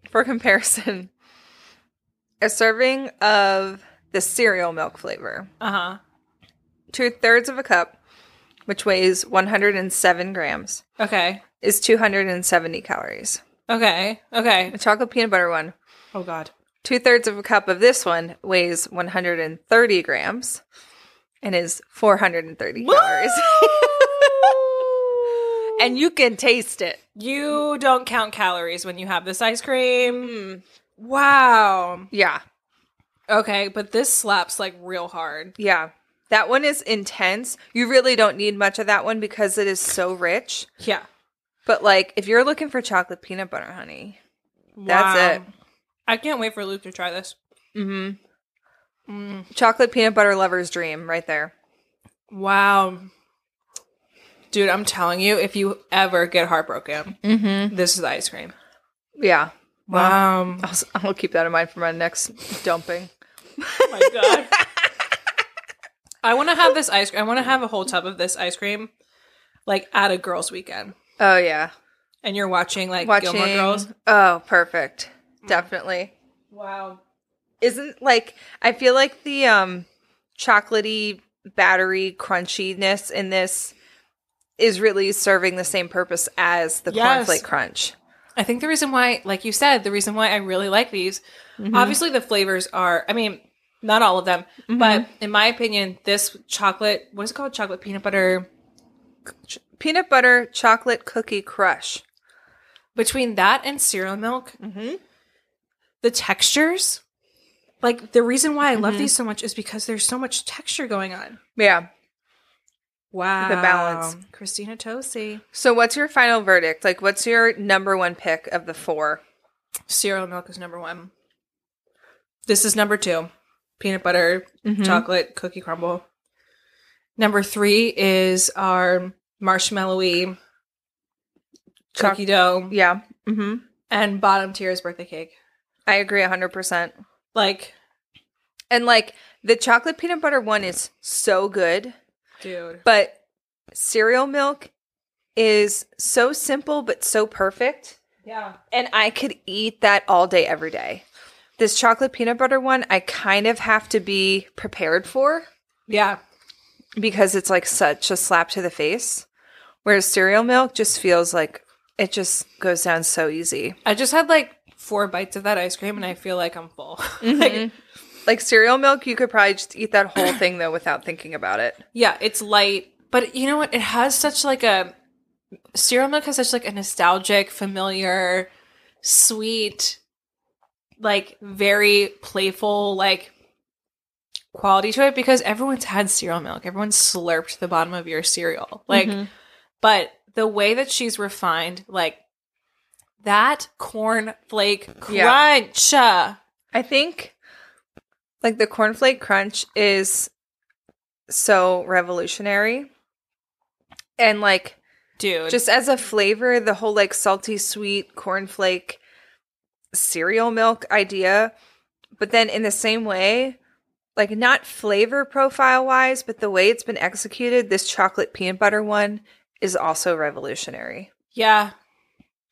[SPEAKER 1] for comparison, a serving of the cereal milk flavor,
[SPEAKER 3] Uh-huh.
[SPEAKER 1] two thirds of a cup, which weighs 107 grams,
[SPEAKER 3] Okay.
[SPEAKER 1] is 270 calories.
[SPEAKER 3] Okay. Okay.
[SPEAKER 1] The chocolate peanut butter one,
[SPEAKER 3] Oh god.
[SPEAKER 1] two thirds of a cup of this one weighs 130 grams and is 430 calories. and you can taste it.
[SPEAKER 3] You don't count calories when you have this ice cream. Wow.
[SPEAKER 1] Yeah.
[SPEAKER 3] Okay, but this slaps like real hard.
[SPEAKER 1] Yeah. That one is intense. You really don't need much of that one because it is so rich.
[SPEAKER 3] Yeah.
[SPEAKER 1] But like if you're looking for chocolate peanut butter honey, That's
[SPEAKER 3] I can't wait for Luke to try this.
[SPEAKER 1] it. Mm-hmm.
[SPEAKER 3] Mm.
[SPEAKER 1] Chocolate peanut butter lover's dream, right there.
[SPEAKER 3] Wow. Dude, I'm telling you, if you ever get heartbroken,
[SPEAKER 1] Mm-hmm.
[SPEAKER 3] this is the ice cream.
[SPEAKER 1] Yeah.
[SPEAKER 3] Wow.
[SPEAKER 1] I'll, s- I'll keep that in mind for my next dumping.
[SPEAKER 3] Oh my god. I want to have this ice cream. I want to have a whole tub of this ice cream, like at a girls' weekend,
[SPEAKER 1] Oh yeah,
[SPEAKER 3] and you're watching like
[SPEAKER 1] watching.
[SPEAKER 3] Gilmore Girls. Mm.
[SPEAKER 1] Oh, perfect. Definitely.
[SPEAKER 3] Wow.
[SPEAKER 1] Isn't like I feel like the um chocolatey battery crunchiness in this is really serving the same purpose as the
[SPEAKER 3] Yes.
[SPEAKER 1] cornflake crunch.
[SPEAKER 3] I think the reason why, like you said, the reason why I really like these, obviously the flavors are, I mean, not all of them, but in my opinion, this chocolate, what is it called? Chocolate peanut butter.
[SPEAKER 1] Peanut butter chocolate cookie crush.
[SPEAKER 3] Between that and cereal milk, the textures, like the reason why I love these so much is because there's so much texture going on.
[SPEAKER 1] Yeah.
[SPEAKER 3] Wow.
[SPEAKER 1] balance.
[SPEAKER 3] Christina Tosi.
[SPEAKER 1] So what's your final verdict? Like what's your number one pick of the four?
[SPEAKER 3] Cereal milk is number one. This is number two. Peanut butter,
[SPEAKER 1] Mhm.
[SPEAKER 3] chocolate, cookie crumble. Number three is our marshmallowy
[SPEAKER 1] Choc-
[SPEAKER 3] cookie dough.
[SPEAKER 1] Yeah. Mm-hmm.
[SPEAKER 3] And bottom tier is birthday cake.
[SPEAKER 1] I agree hundred percent.
[SPEAKER 3] Like,
[SPEAKER 1] And like the chocolate peanut butter one is so good,
[SPEAKER 3] dude.
[SPEAKER 1] but cereal milk is so simple but so perfect.
[SPEAKER 3] Yeah.
[SPEAKER 1] And I could eat that all day every day. This chocolate peanut butter one, I kind of have to be prepared for
[SPEAKER 3] Yeah.
[SPEAKER 1] because it's like such a slap to the face. Whereas cereal milk just feels like it just goes down so easy.
[SPEAKER 3] I just had like four bites of that ice cream and I feel like I'm full. like,
[SPEAKER 1] Like cereal milk, you could probably just eat that whole thing though without thinking about it.
[SPEAKER 3] yeah, it's light. But you know what? It has such like a cereal milk has such like a nostalgic, familiar, sweet, like very playful, like quality to it because everyone's had cereal milk. Everyone slurped the bottom of your cereal. Like
[SPEAKER 1] Mhm.
[SPEAKER 3] but the way that she's refined, like that corn flake crunch. uh,
[SPEAKER 1] I think like the cornflake crunch is so revolutionary. And like
[SPEAKER 3] Dude.
[SPEAKER 1] just as a flavor, the whole like salty sweet cornflake cereal milk idea. But then in the same way, like not flavor profile wise, but the way it's been executed, this chocolate peanut butter one is also revolutionary.
[SPEAKER 3] Yeah.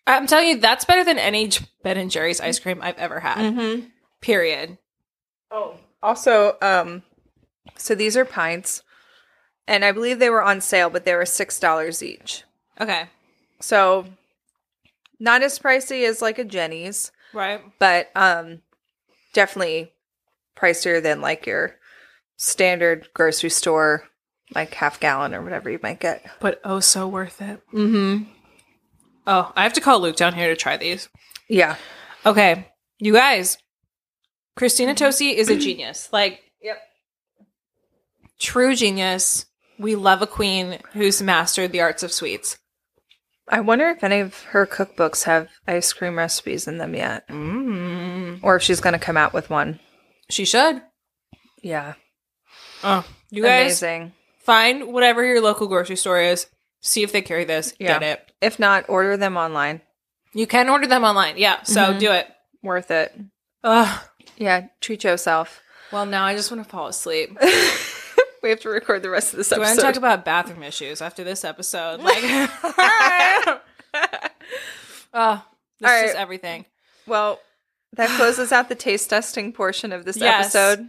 [SPEAKER 3] I'm telling you, that's better than any J- Ben and Jerry's ice cream I've ever had.
[SPEAKER 1] Mm-hmm.
[SPEAKER 3] Period.
[SPEAKER 1] Also, um, so these are pints, and I believe they were on sale, but they were six dollars each.
[SPEAKER 3] Okay.
[SPEAKER 1] So, not as pricey as like a Jenny's,
[SPEAKER 3] Right.
[SPEAKER 1] but um, definitely pricier than like your standard grocery store, like half gallon or whatever you might get.
[SPEAKER 3] But oh, so worth it.
[SPEAKER 1] Mm-hmm.
[SPEAKER 3] Oh, I have to call Luke down here to try these.
[SPEAKER 1] Yeah.
[SPEAKER 3] Okay. You guys, Christina Tosi is a genius. Like,
[SPEAKER 1] Mm-hmm. Yep.
[SPEAKER 3] true genius. We love a queen who's mastered the arts of sweets.
[SPEAKER 1] I wonder if any of her cookbooks have ice cream recipes in them yet,
[SPEAKER 3] Mm.
[SPEAKER 1] or if she's going to come out with one.
[SPEAKER 3] She should.
[SPEAKER 1] Yeah.
[SPEAKER 3] Oh, you guys
[SPEAKER 1] Amazing.
[SPEAKER 3] find whatever your local grocery store is. See if they carry this.
[SPEAKER 1] Yeah.
[SPEAKER 3] Get it.
[SPEAKER 1] If not, order them online.
[SPEAKER 3] You can order them online. Yeah, so
[SPEAKER 1] Mhm.
[SPEAKER 3] do it.
[SPEAKER 1] Worth it.
[SPEAKER 3] Mm-hmm. Ugh.
[SPEAKER 1] Yeah, treat yourself.
[SPEAKER 3] Well, now I just want to fall asleep.
[SPEAKER 1] we have to record the rest of this
[SPEAKER 3] Do I want to talk about bathroom issues after this episode? Like, oh, this is
[SPEAKER 1] right.
[SPEAKER 3] just everything.
[SPEAKER 1] well, that closes out the taste testing portion of this
[SPEAKER 3] Yes.
[SPEAKER 1] episode.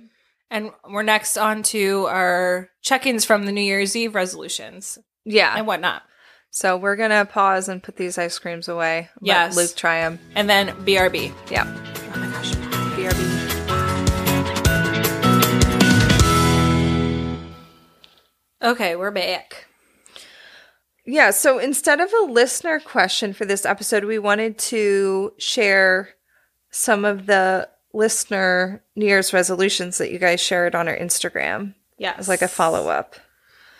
[SPEAKER 3] And we're next on to our check-ins from the New Year's Eve resolutions
[SPEAKER 1] Yeah.
[SPEAKER 3] and whatnot,
[SPEAKER 1] So we're going to pause and put these ice creams away. Let
[SPEAKER 3] Yes.
[SPEAKER 1] Luke try them.
[SPEAKER 3] and then BRB.
[SPEAKER 1] Yeah.
[SPEAKER 3] Oh my gosh.
[SPEAKER 1] BRB.
[SPEAKER 3] Okay, we're back.
[SPEAKER 1] Yeah. So instead of a listener question for this episode, we wanted to share some of the listener New Year's resolutions that you guys shared on our Instagram
[SPEAKER 3] Yeah,
[SPEAKER 1] as like a follow up.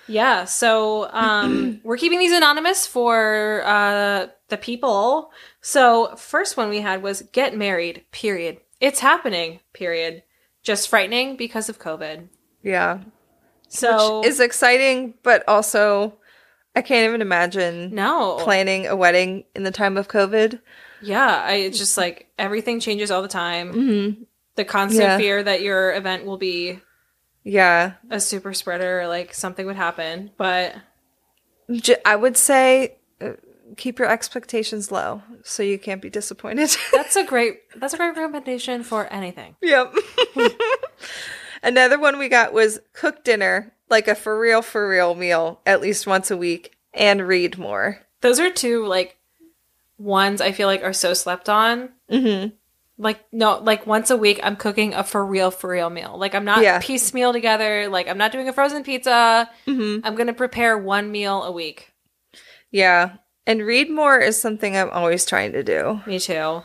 [SPEAKER 3] Yeah, so um, we're keeping these anonymous for uh, the people. So first one we had was get married. Period. It's happening. Period. Just frightening because of COVID.
[SPEAKER 1] Yeah.
[SPEAKER 3] So
[SPEAKER 1] Which is exciting, but also I can't even imagine
[SPEAKER 3] no
[SPEAKER 1] planning a wedding in the time of COVID.
[SPEAKER 3] Yeah, I it's just like everything changes all the time.
[SPEAKER 1] Mm-hmm.
[SPEAKER 3] The constant
[SPEAKER 1] Yeah.
[SPEAKER 3] fear that your event will be
[SPEAKER 1] Yeah.
[SPEAKER 3] a super spreader, or like something would happen. But
[SPEAKER 1] J- I would say uh, keep your expectations low so you can't be disappointed.
[SPEAKER 3] that's a great that's a great recommendation for anything.
[SPEAKER 1] yep. Another one we got was cook dinner, like a for real, for real meal at least once a week and read more.
[SPEAKER 3] Those are two like ones I feel like are so slept on.
[SPEAKER 1] Mm-hmm.
[SPEAKER 3] Like no, like once a week I'm cooking a for real for real meal. Like I'm not
[SPEAKER 1] Yeah.
[SPEAKER 3] piecemeal together. Like I'm not doing a frozen pizza.
[SPEAKER 1] Mm-hmm.
[SPEAKER 3] I'm gonna prepare one meal a week.
[SPEAKER 1] Yeah. And read more is something I'm always trying to do.
[SPEAKER 3] Me too.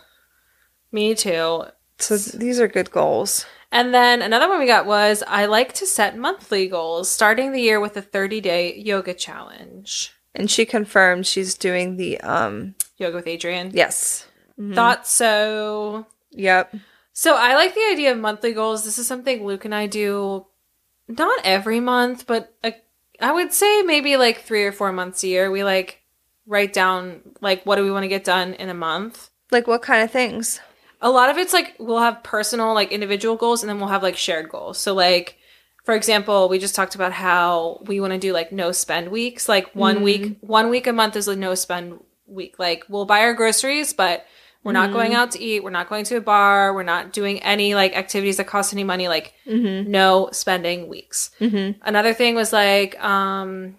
[SPEAKER 3] Me too.
[SPEAKER 1] So these are good goals.
[SPEAKER 3] And then another one we got was I like to set monthly goals, starting the year with a 30 day yoga challenge.
[SPEAKER 1] And she confirmed she's doing the um
[SPEAKER 3] Yoga with Adrian.
[SPEAKER 1] yes. Mhm.
[SPEAKER 3] Thought so.
[SPEAKER 1] Yep.
[SPEAKER 3] So I like the idea of monthly goals. This is something Luke and I do not every month, but uh, I would say maybe like three or four months a year. We like write down like what do we want to get done in a month.
[SPEAKER 1] Like what kind of things?
[SPEAKER 3] a lot of it's like we'll have personal like individual goals and then we'll have like shared goals so like for example we just talked about how we want to do like no spend weeks like one
[SPEAKER 1] Mhm.
[SPEAKER 3] week one week a month is a no spend week like we'll buy our groceries but we're not
[SPEAKER 1] Mhm.
[SPEAKER 3] going out to eat we're not going to a bar we're not doing any like activities that cost any money like
[SPEAKER 1] Mm-hmm.
[SPEAKER 3] no spending weeks
[SPEAKER 1] Mm-hmm.
[SPEAKER 3] another thing was like um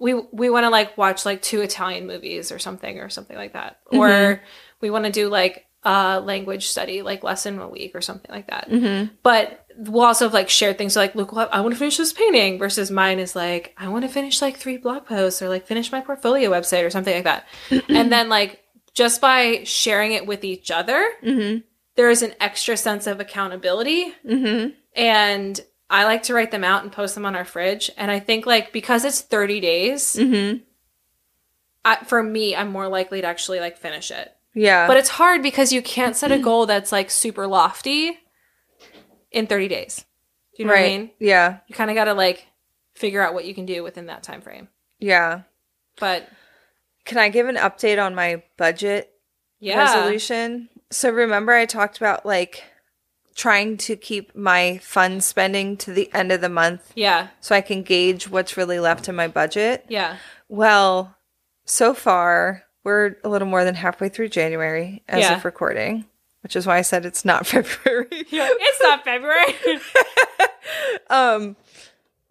[SPEAKER 3] we we want to like watch like two italian movies or something or something like that
[SPEAKER 1] Mm-hmm.
[SPEAKER 3] or we want to do like a language study like lesson a week or something like that
[SPEAKER 1] Mm-hmm.
[SPEAKER 3] but we'll also have like shared things so, like look i want to finish this painting versus mine is like i want to finish like three blog posts or like finish my portfolio website or something like that and then like just by sharing it with each other
[SPEAKER 1] Mm-hmm.
[SPEAKER 3] there is an extra sense of accountability
[SPEAKER 1] Mm-hmm.
[SPEAKER 3] and I like to write them out and post them on our fridge. And I think like because it's 30 days,
[SPEAKER 1] Mm-hmm.
[SPEAKER 3] I, for me, I'm more likely to actually like finish it.
[SPEAKER 1] Yeah.
[SPEAKER 3] But it's hard because you can't set a goal that's like super lofty in 30 days. Do you know what I mean?
[SPEAKER 1] Yeah.
[SPEAKER 3] You kind of got to like figure out what you can do within that time frame.
[SPEAKER 1] Yeah.
[SPEAKER 3] But
[SPEAKER 1] Can I give an update on my budget
[SPEAKER 3] yeah,
[SPEAKER 1] resolution? So remember I talked about like trying to keep my fund spending to the end of the month
[SPEAKER 3] yeah,
[SPEAKER 1] so I can gauge what's really left in my budget.
[SPEAKER 3] yeah,
[SPEAKER 1] Well, so far, we're a little more than halfway through January as
[SPEAKER 3] Yeah.
[SPEAKER 1] of recording, which is why I said it's not February.
[SPEAKER 3] yeah. It's not February.
[SPEAKER 1] um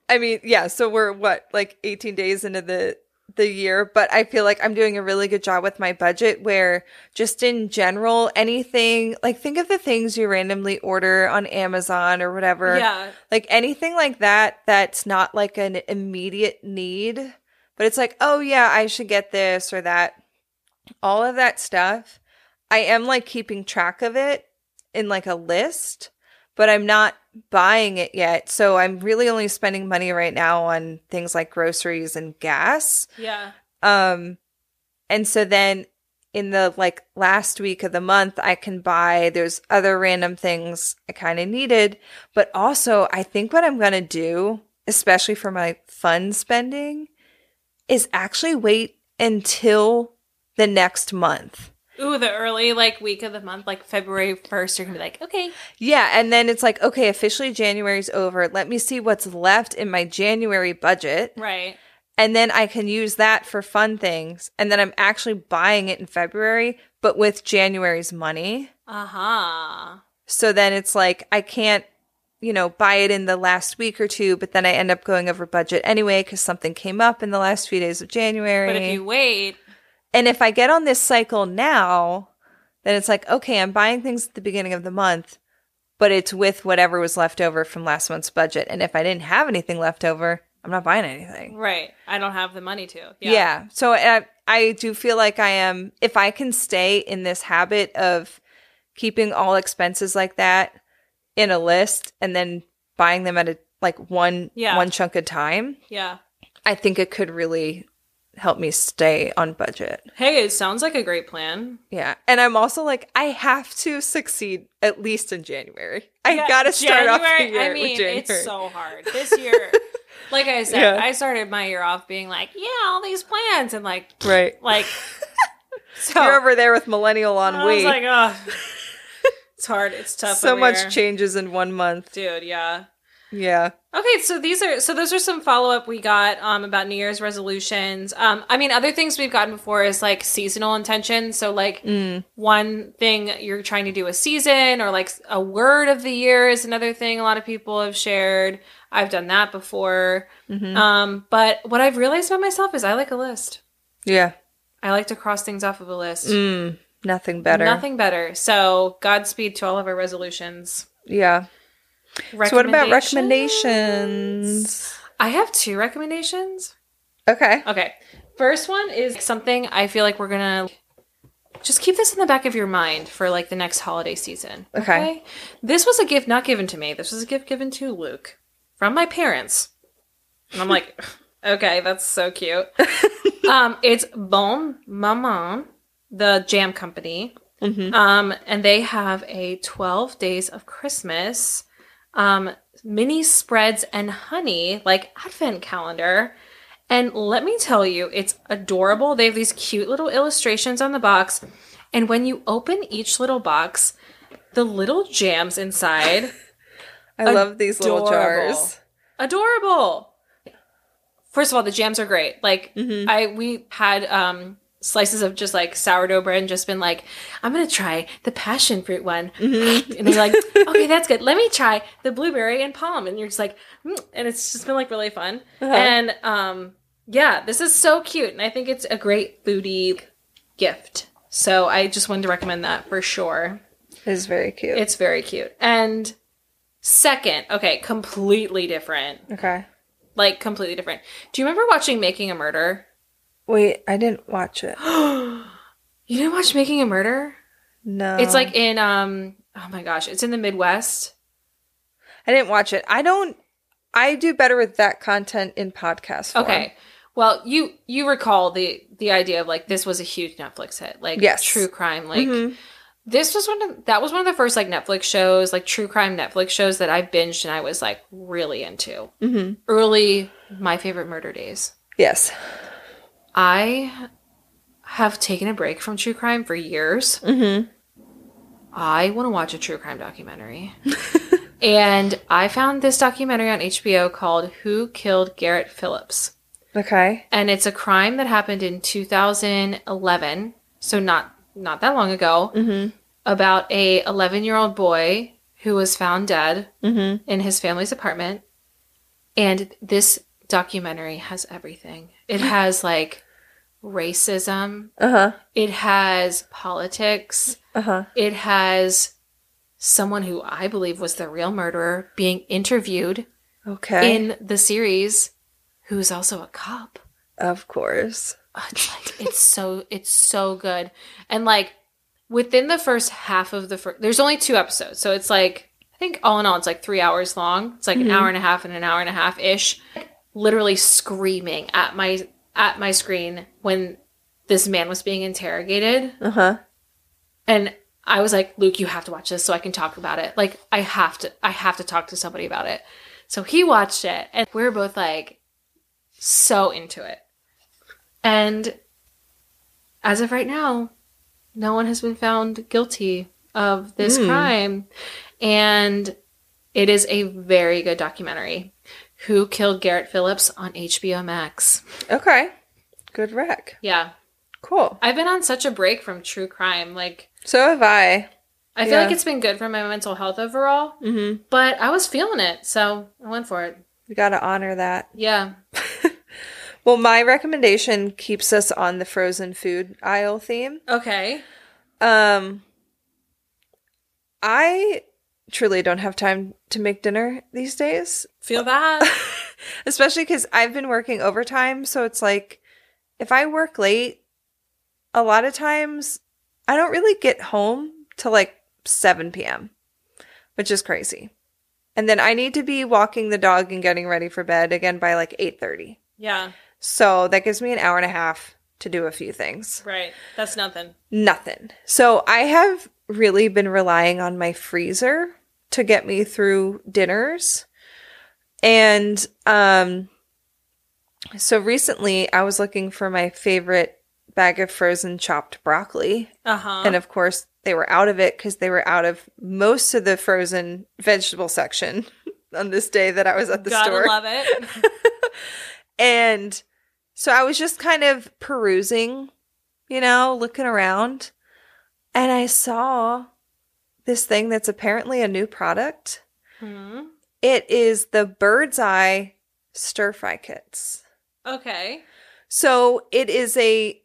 [SPEAKER 1] I mean, yeah, so we're what like 18 days into the the year, but I feel like I'm doing a really good job with my budget where just in general anything, like think of the things you randomly order on Amazon or whatever.
[SPEAKER 3] yeah,
[SPEAKER 1] like anything like that that's not like an immediate need but it's like oh yeah i should get this or that all of that stuff i am like keeping track of it in like a list but i'm not buying it yet so i'm really only spending money right now on things like groceries and gas
[SPEAKER 3] yeah,
[SPEAKER 1] um and so then in the like last week of the month I can buy those other random things I kind of needed, but also I think what I'm going to do, especially for my fun spending, is actually wait until the next month.
[SPEAKER 3] Ooh, the early like week of the month, like February 1st, you're gonna be like, okay,
[SPEAKER 1] Yeah, and then it's like, okay, officially January's over. Let me see what's left in my January budget.
[SPEAKER 3] right.
[SPEAKER 1] and then I can use that for fun things. And then I'm actually buying it in February, but with January's money.
[SPEAKER 3] Uh huh.
[SPEAKER 1] So then it's like I can't, you know, buy it in the last week or two, but then I end up going over budget anyway because something came up in the last few days of January.
[SPEAKER 3] But if you wait,
[SPEAKER 1] and if I get on this cycle now, then it's like, okay, I'm buying things at the beginning of the month, but it's with whatever was left over from last month's budget. And if I didn't have anything left over, I'm not buying anything.
[SPEAKER 3] right, I don't have the money to.
[SPEAKER 1] Yeah. So I, I do feel like I am, if I can stay in this habit of keeping all expenses like that in a list and then buying them at a like one
[SPEAKER 3] Yeah.
[SPEAKER 1] one chunk of time,
[SPEAKER 3] Yeah.
[SPEAKER 1] I think it could really help me stay on budget.
[SPEAKER 2] Hey, it sounds like a great plan.
[SPEAKER 1] Yeah. And I'm also like, I have to succeed at least in January. I
[SPEAKER 2] Yeah,
[SPEAKER 1] gotta start off the
[SPEAKER 2] January,
[SPEAKER 1] year
[SPEAKER 2] I
[SPEAKER 1] with
[SPEAKER 2] mean,
[SPEAKER 1] January.
[SPEAKER 2] it's so hard this year. like I said,
[SPEAKER 1] Yeah.
[SPEAKER 2] I started my year off being like, yeah, all these plans, and like,
[SPEAKER 1] right.
[SPEAKER 2] like, so
[SPEAKER 1] You're over there with millennial on
[SPEAKER 2] I was
[SPEAKER 1] week.
[SPEAKER 2] like, oh, it's hard. It's tough.
[SPEAKER 1] so
[SPEAKER 2] over here.
[SPEAKER 1] much changes in one month.
[SPEAKER 2] dude. Yeah.
[SPEAKER 1] Yeah.
[SPEAKER 2] Okay, so these are so those are some follow up we got um, about New Year's resolutions. Um, I mean, other things we've gotten before is like seasonal intention. So like
[SPEAKER 1] Mm.
[SPEAKER 2] one thing you're trying to do a season, or like a word of the year is another thing a lot of people have shared. I've done that before.
[SPEAKER 1] Mhm.
[SPEAKER 2] Um, but what I've realized about myself is I like a list.
[SPEAKER 1] Yeah.
[SPEAKER 2] I like to cross things off of a list.
[SPEAKER 1] Mm, nothing better.
[SPEAKER 2] Nothing better. So Godspeed to all of our resolutions.
[SPEAKER 1] Yeah. So what about recommendations?
[SPEAKER 2] I have two recommendations.
[SPEAKER 1] Okay.
[SPEAKER 2] Okay. First one is something I feel like we're going to just keep this in the back of your mind for like the next holiday season.
[SPEAKER 1] Okay.
[SPEAKER 2] This was a gift not given to me. This was a gift given to Luke from my parents. And I'm like, okay, that's so cute. um, it's Bon Maman, the jam company.
[SPEAKER 1] Mhm.
[SPEAKER 2] Um, and they have a 12 days of Christmas um, mini spreads and honey, like advent calendar. And let me tell you, it's adorable. They have these cute little illustrations on the box. And when you open each little box, the little jams inside,
[SPEAKER 1] I love these little
[SPEAKER 2] Adorable.
[SPEAKER 1] jars.
[SPEAKER 2] adorable. First of all, the jams are great. Like
[SPEAKER 1] Mhm.
[SPEAKER 2] I we had um slices of just like sourdough bread and just been like, I'm gonna try the passion fruit one. and they're like, okay, that's good. Let me try the blueberry and palm. And you're just like, mm. and it's just been like really fun. And um, yeah, this is so cute. And I think it's a great foodie gift. So I just wanted to recommend that for sure.
[SPEAKER 1] It's very cute.
[SPEAKER 2] It's very cute. And second, okay, completely different.
[SPEAKER 1] okay.
[SPEAKER 2] Like completely different. Do you remember watching Making a Murder?
[SPEAKER 1] Wait, I didn't watch it.
[SPEAKER 2] You didn't watch Making a Murder?
[SPEAKER 1] No.
[SPEAKER 2] It's like in um oh my gosh, it's in the Midwest.
[SPEAKER 1] I didn't watch it. I don't. I do better with that content in podcast form.
[SPEAKER 2] Okay. Well, you you recall the the idea of like this was a huge Netflix hit, like
[SPEAKER 1] Yes.
[SPEAKER 2] true crime. Like
[SPEAKER 1] Mhm.
[SPEAKER 2] this was one of that was one of the first like Netflix shows, like true crime Netflix shows that I binged and I was like really into.
[SPEAKER 1] Mhm.
[SPEAKER 2] Early my favorite murder days.
[SPEAKER 1] Yes.
[SPEAKER 2] I have taken a break from true crime for years.
[SPEAKER 1] Mm-hmm.
[SPEAKER 2] I want to watch a true crime documentary. and I found this documentary on HBO called Who Killed Garrett Phillips.
[SPEAKER 1] Okay.
[SPEAKER 2] and it's a crime that happened in 2011 so not not that long ago
[SPEAKER 1] Mm-hmm.
[SPEAKER 2] about a 11 year old boy who was found dead
[SPEAKER 1] Mm-hmm.
[SPEAKER 2] in his family's apartment and this documentary has everything it has like racism
[SPEAKER 1] Uh huh.
[SPEAKER 2] it has politics
[SPEAKER 1] Uh huh.
[SPEAKER 2] it has someone who i believe was the real murderer being interviewed
[SPEAKER 1] Okay.
[SPEAKER 2] in the series who's also a cop
[SPEAKER 1] of course.
[SPEAKER 2] it's like it's so it's so good and like within the first half of the first there's only two episodes so it's like i think all in all it's like three hours long it's like an
[SPEAKER 1] Mhm.
[SPEAKER 2] hour and a half and an hour and a half ish literally screaming at my at my screen when this man was being interrogated
[SPEAKER 1] Uh huh.
[SPEAKER 2] and i was like luke you have to watch this so i can talk about it like i have to i have to talk to somebody about it so he watched it and we were both like so into it and as of right now no one has been found guilty of this
[SPEAKER 1] Hmm.
[SPEAKER 2] crime and it is a very good documentary who killed garrett phillips on hbo max
[SPEAKER 1] Okay. Good rec.
[SPEAKER 2] yeah
[SPEAKER 1] Cool.
[SPEAKER 2] i've been on such a break from true crime like
[SPEAKER 1] So have I.
[SPEAKER 2] i feel
[SPEAKER 1] Yeah.
[SPEAKER 2] like it's been good for my mental health overall
[SPEAKER 1] Mm-hmm.
[SPEAKER 2] but I was feeling it, so I went for it.
[SPEAKER 1] We got to honor that.
[SPEAKER 2] Yeah.
[SPEAKER 1] Well, my recommendation keeps us on the frozen food aisle theme.
[SPEAKER 2] Okay.
[SPEAKER 1] Um, I truly don't have time to make dinner these days.
[SPEAKER 2] Feel that.
[SPEAKER 1] especially because I've been working overtime. So it's like if I work late, a lot of times I don't really get home till like 7 p.m., which is crazy. And then I need to be walking the dog and getting ready for bed again by like 8:30.
[SPEAKER 3] Yeah.
[SPEAKER 1] So that gives me an hour and a half to do a few things.
[SPEAKER 3] Right. That's nothing.
[SPEAKER 1] Nothing. So I have really been relying on my freezer to get me through dinners. And um so recently I was looking for my favorite bag of frozen chopped broccoli.
[SPEAKER 3] Uh huh.
[SPEAKER 1] And of course, they were out of it because they were out of most of the frozen vegetable section on this day that I was at the
[SPEAKER 3] Gotta
[SPEAKER 1] store.
[SPEAKER 3] love it.
[SPEAKER 1] And so I was just kind of perusing, you know, looking around, and I saw this thing that's apparently a new product.
[SPEAKER 2] Mm-hmm.
[SPEAKER 3] hmm
[SPEAKER 1] It is the Bird's Eye Stir Fry Kits.
[SPEAKER 3] Okay.
[SPEAKER 1] So it is a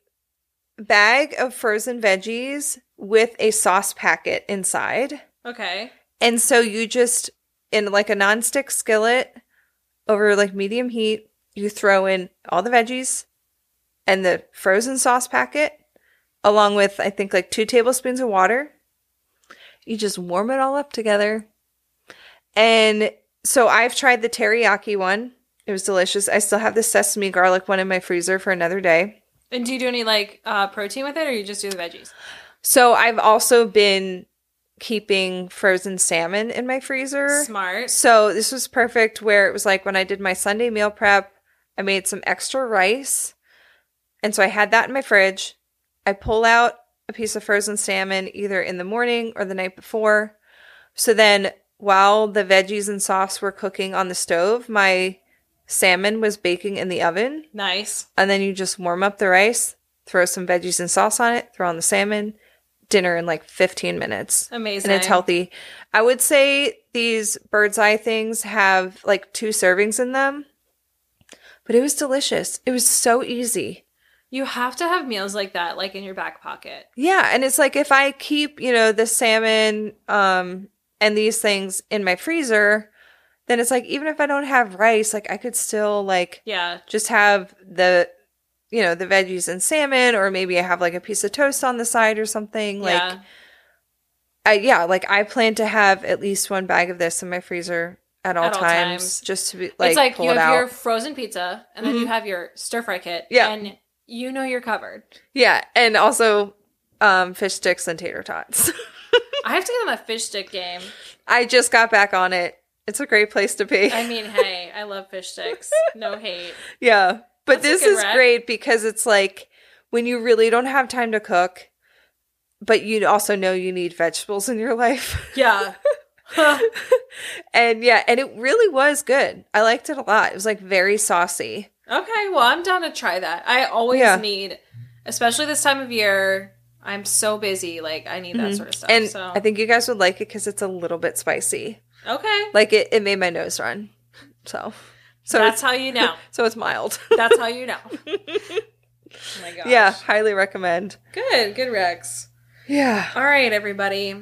[SPEAKER 1] bag of frozen veggies with a sauce packet inside.
[SPEAKER 3] Okay.
[SPEAKER 1] And so you just, in like a nonstick skillet over like medium heat, you throw in all the veggies and the frozen sauce packet, along with, I think, like two tablespoons of water. You just warm it all up together. And so I've tried the teriyaki one, it was delicious. I still have the sesame garlic one in my freezer for another day.
[SPEAKER 3] And do you do any like uh, protein with it, or you just do the veggies?
[SPEAKER 1] So I've also been keeping frozen salmon in my freezer.
[SPEAKER 3] Smart.
[SPEAKER 1] So this was perfect where it was like when I did my Sunday meal prep, I made some extra rice. And so I had that in my fridge. I pull out a piece of frozen salmon either in the morning or the night before. So then while the veggies and sauce were cooking on the stove, my salmon was baking in the oven.
[SPEAKER 3] Nice.
[SPEAKER 1] And then you just warm up the rice, throw some veggies and sauce on it, throw on the salmon, dinner in like 15 minutes
[SPEAKER 3] Amazing.
[SPEAKER 1] and it's healthy. I would say these bird's eye things have like two servings in them, but it was delicious. It was so easy.
[SPEAKER 3] You have to have meals like that, like in your back pocket.
[SPEAKER 1] Yeah, and it's like if I keep, you know, the salmon um and these things in my freezer, then it's like even if I don't have rice, like I could still like
[SPEAKER 3] Yeah.
[SPEAKER 1] just have the you know, the veggies and salmon or maybe I have like a piece of toast on the side or something like
[SPEAKER 3] yeah.
[SPEAKER 1] I, yeah, like I plan to have at least one bag of this in my freezer at all,
[SPEAKER 3] At all
[SPEAKER 1] times,
[SPEAKER 3] times.
[SPEAKER 1] just to be like,
[SPEAKER 3] it's like
[SPEAKER 1] pull
[SPEAKER 3] you
[SPEAKER 1] it
[SPEAKER 3] have
[SPEAKER 1] out. Mm-hmm.
[SPEAKER 3] your frozen pizza, and then you have your stir fry kit.
[SPEAKER 1] Yeah.
[SPEAKER 3] And you know you're covered.
[SPEAKER 1] Yeah, and also um, fish sticks and tater tots.
[SPEAKER 3] I have to get on a fish stick game.
[SPEAKER 1] I just got back on it. It's a great place to be.
[SPEAKER 3] I mean, hey, I love fish sticks. No hate.
[SPEAKER 1] yeah, but
[SPEAKER 3] That's a
[SPEAKER 1] this
[SPEAKER 3] good
[SPEAKER 1] is
[SPEAKER 3] rec.
[SPEAKER 1] great because it's like when you really don't have time to cook, but you also know you need vegetables in your life.
[SPEAKER 3] Yeah.
[SPEAKER 1] and yeah, and it really was good. I liked it a lot. It was like very saucy.
[SPEAKER 3] Okay, well, I'm down to try that. I always
[SPEAKER 1] Yeah.
[SPEAKER 3] need, especially this time of year, I'm so busy. Like, I need that
[SPEAKER 1] Mhm.
[SPEAKER 3] sort of stuff.
[SPEAKER 1] And
[SPEAKER 3] so,
[SPEAKER 1] I think you guys would like it because it's a little bit spicy.
[SPEAKER 3] okay,
[SPEAKER 1] like it, it made my nose run so so
[SPEAKER 3] that's
[SPEAKER 1] it's,
[SPEAKER 3] how you know.
[SPEAKER 1] so it's mild
[SPEAKER 3] That's how you know. oh my gosh.
[SPEAKER 1] yeah highly recommend
[SPEAKER 3] Good, good, Rex.
[SPEAKER 1] yeah
[SPEAKER 3] All right, everybody.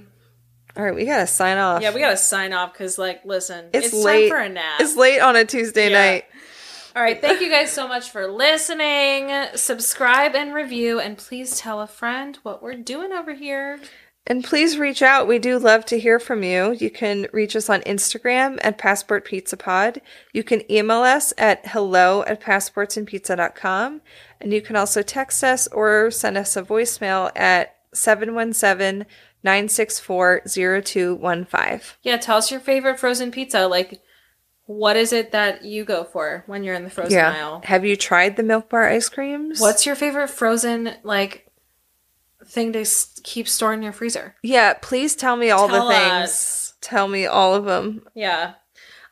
[SPEAKER 1] all right we gotta sign off
[SPEAKER 3] Yeah, we got to sign off because, like, listen, it's,
[SPEAKER 1] It's
[SPEAKER 3] time
[SPEAKER 1] late.
[SPEAKER 3] for a nap.
[SPEAKER 1] it's late on a tuesday
[SPEAKER 3] Yeah.
[SPEAKER 1] night
[SPEAKER 3] All right, thank you guys so much for listening. Subscribe and review, and please tell a friend what we're doing over here.
[SPEAKER 1] and please reach out we do love to hear from you you can reach us on instagram at passport pizza pod you can email us at hello at passportsandpizza.com and you can also text us or send us a voicemail at 717 964 0215
[SPEAKER 3] Yeah, tell us your favorite frozen pizza. Like, what is it that you go for when you're in the frozen aisle?
[SPEAKER 1] Have you tried the milk bar ice creams?
[SPEAKER 3] What's your favorite frozen like thing to s- keep storing in your freezer?
[SPEAKER 1] Yeah, please tell me all
[SPEAKER 3] Tell
[SPEAKER 1] the things.
[SPEAKER 3] us.
[SPEAKER 1] Tell me all of them.
[SPEAKER 3] Yeah.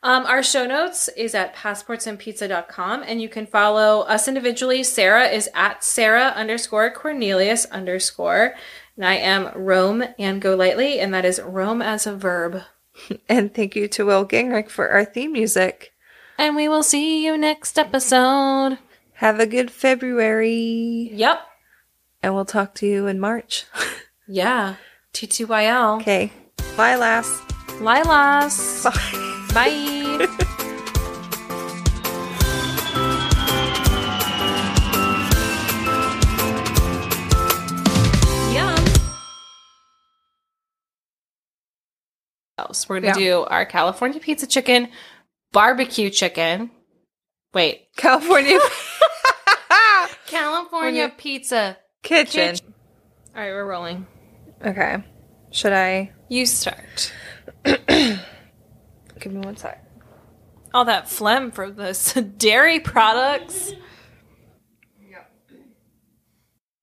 [SPEAKER 3] Um, our show notes is at passportsandpizza.com, and you can follow us individually. Sarah is at Sarah underscore Cornelius underscore, and I am Rome and Go Lightly, and that is Rome as a verb.
[SPEAKER 1] And thank you to Will Gingrich for our theme music.
[SPEAKER 3] And we will see you next episode.
[SPEAKER 1] Have a good February.
[SPEAKER 3] Yep.
[SPEAKER 1] And we'll talk to you in March.
[SPEAKER 3] Yeah. TTYL.
[SPEAKER 1] okay. Bye, lass.
[SPEAKER 3] Lilas.
[SPEAKER 1] Bye.
[SPEAKER 3] Bye. Yum. Else, We're going
[SPEAKER 1] Yeah.
[SPEAKER 3] to do our California pizza chicken, barbecue chicken,
[SPEAKER 2] Wait.
[SPEAKER 1] California
[SPEAKER 3] California pizza.
[SPEAKER 1] kitchen.
[SPEAKER 3] Kitchen. All right, we're rolling.
[SPEAKER 1] Okay. Should I
[SPEAKER 3] You start.
[SPEAKER 1] give me one sec?
[SPEAKER 3] All that phlegm from those dairy products.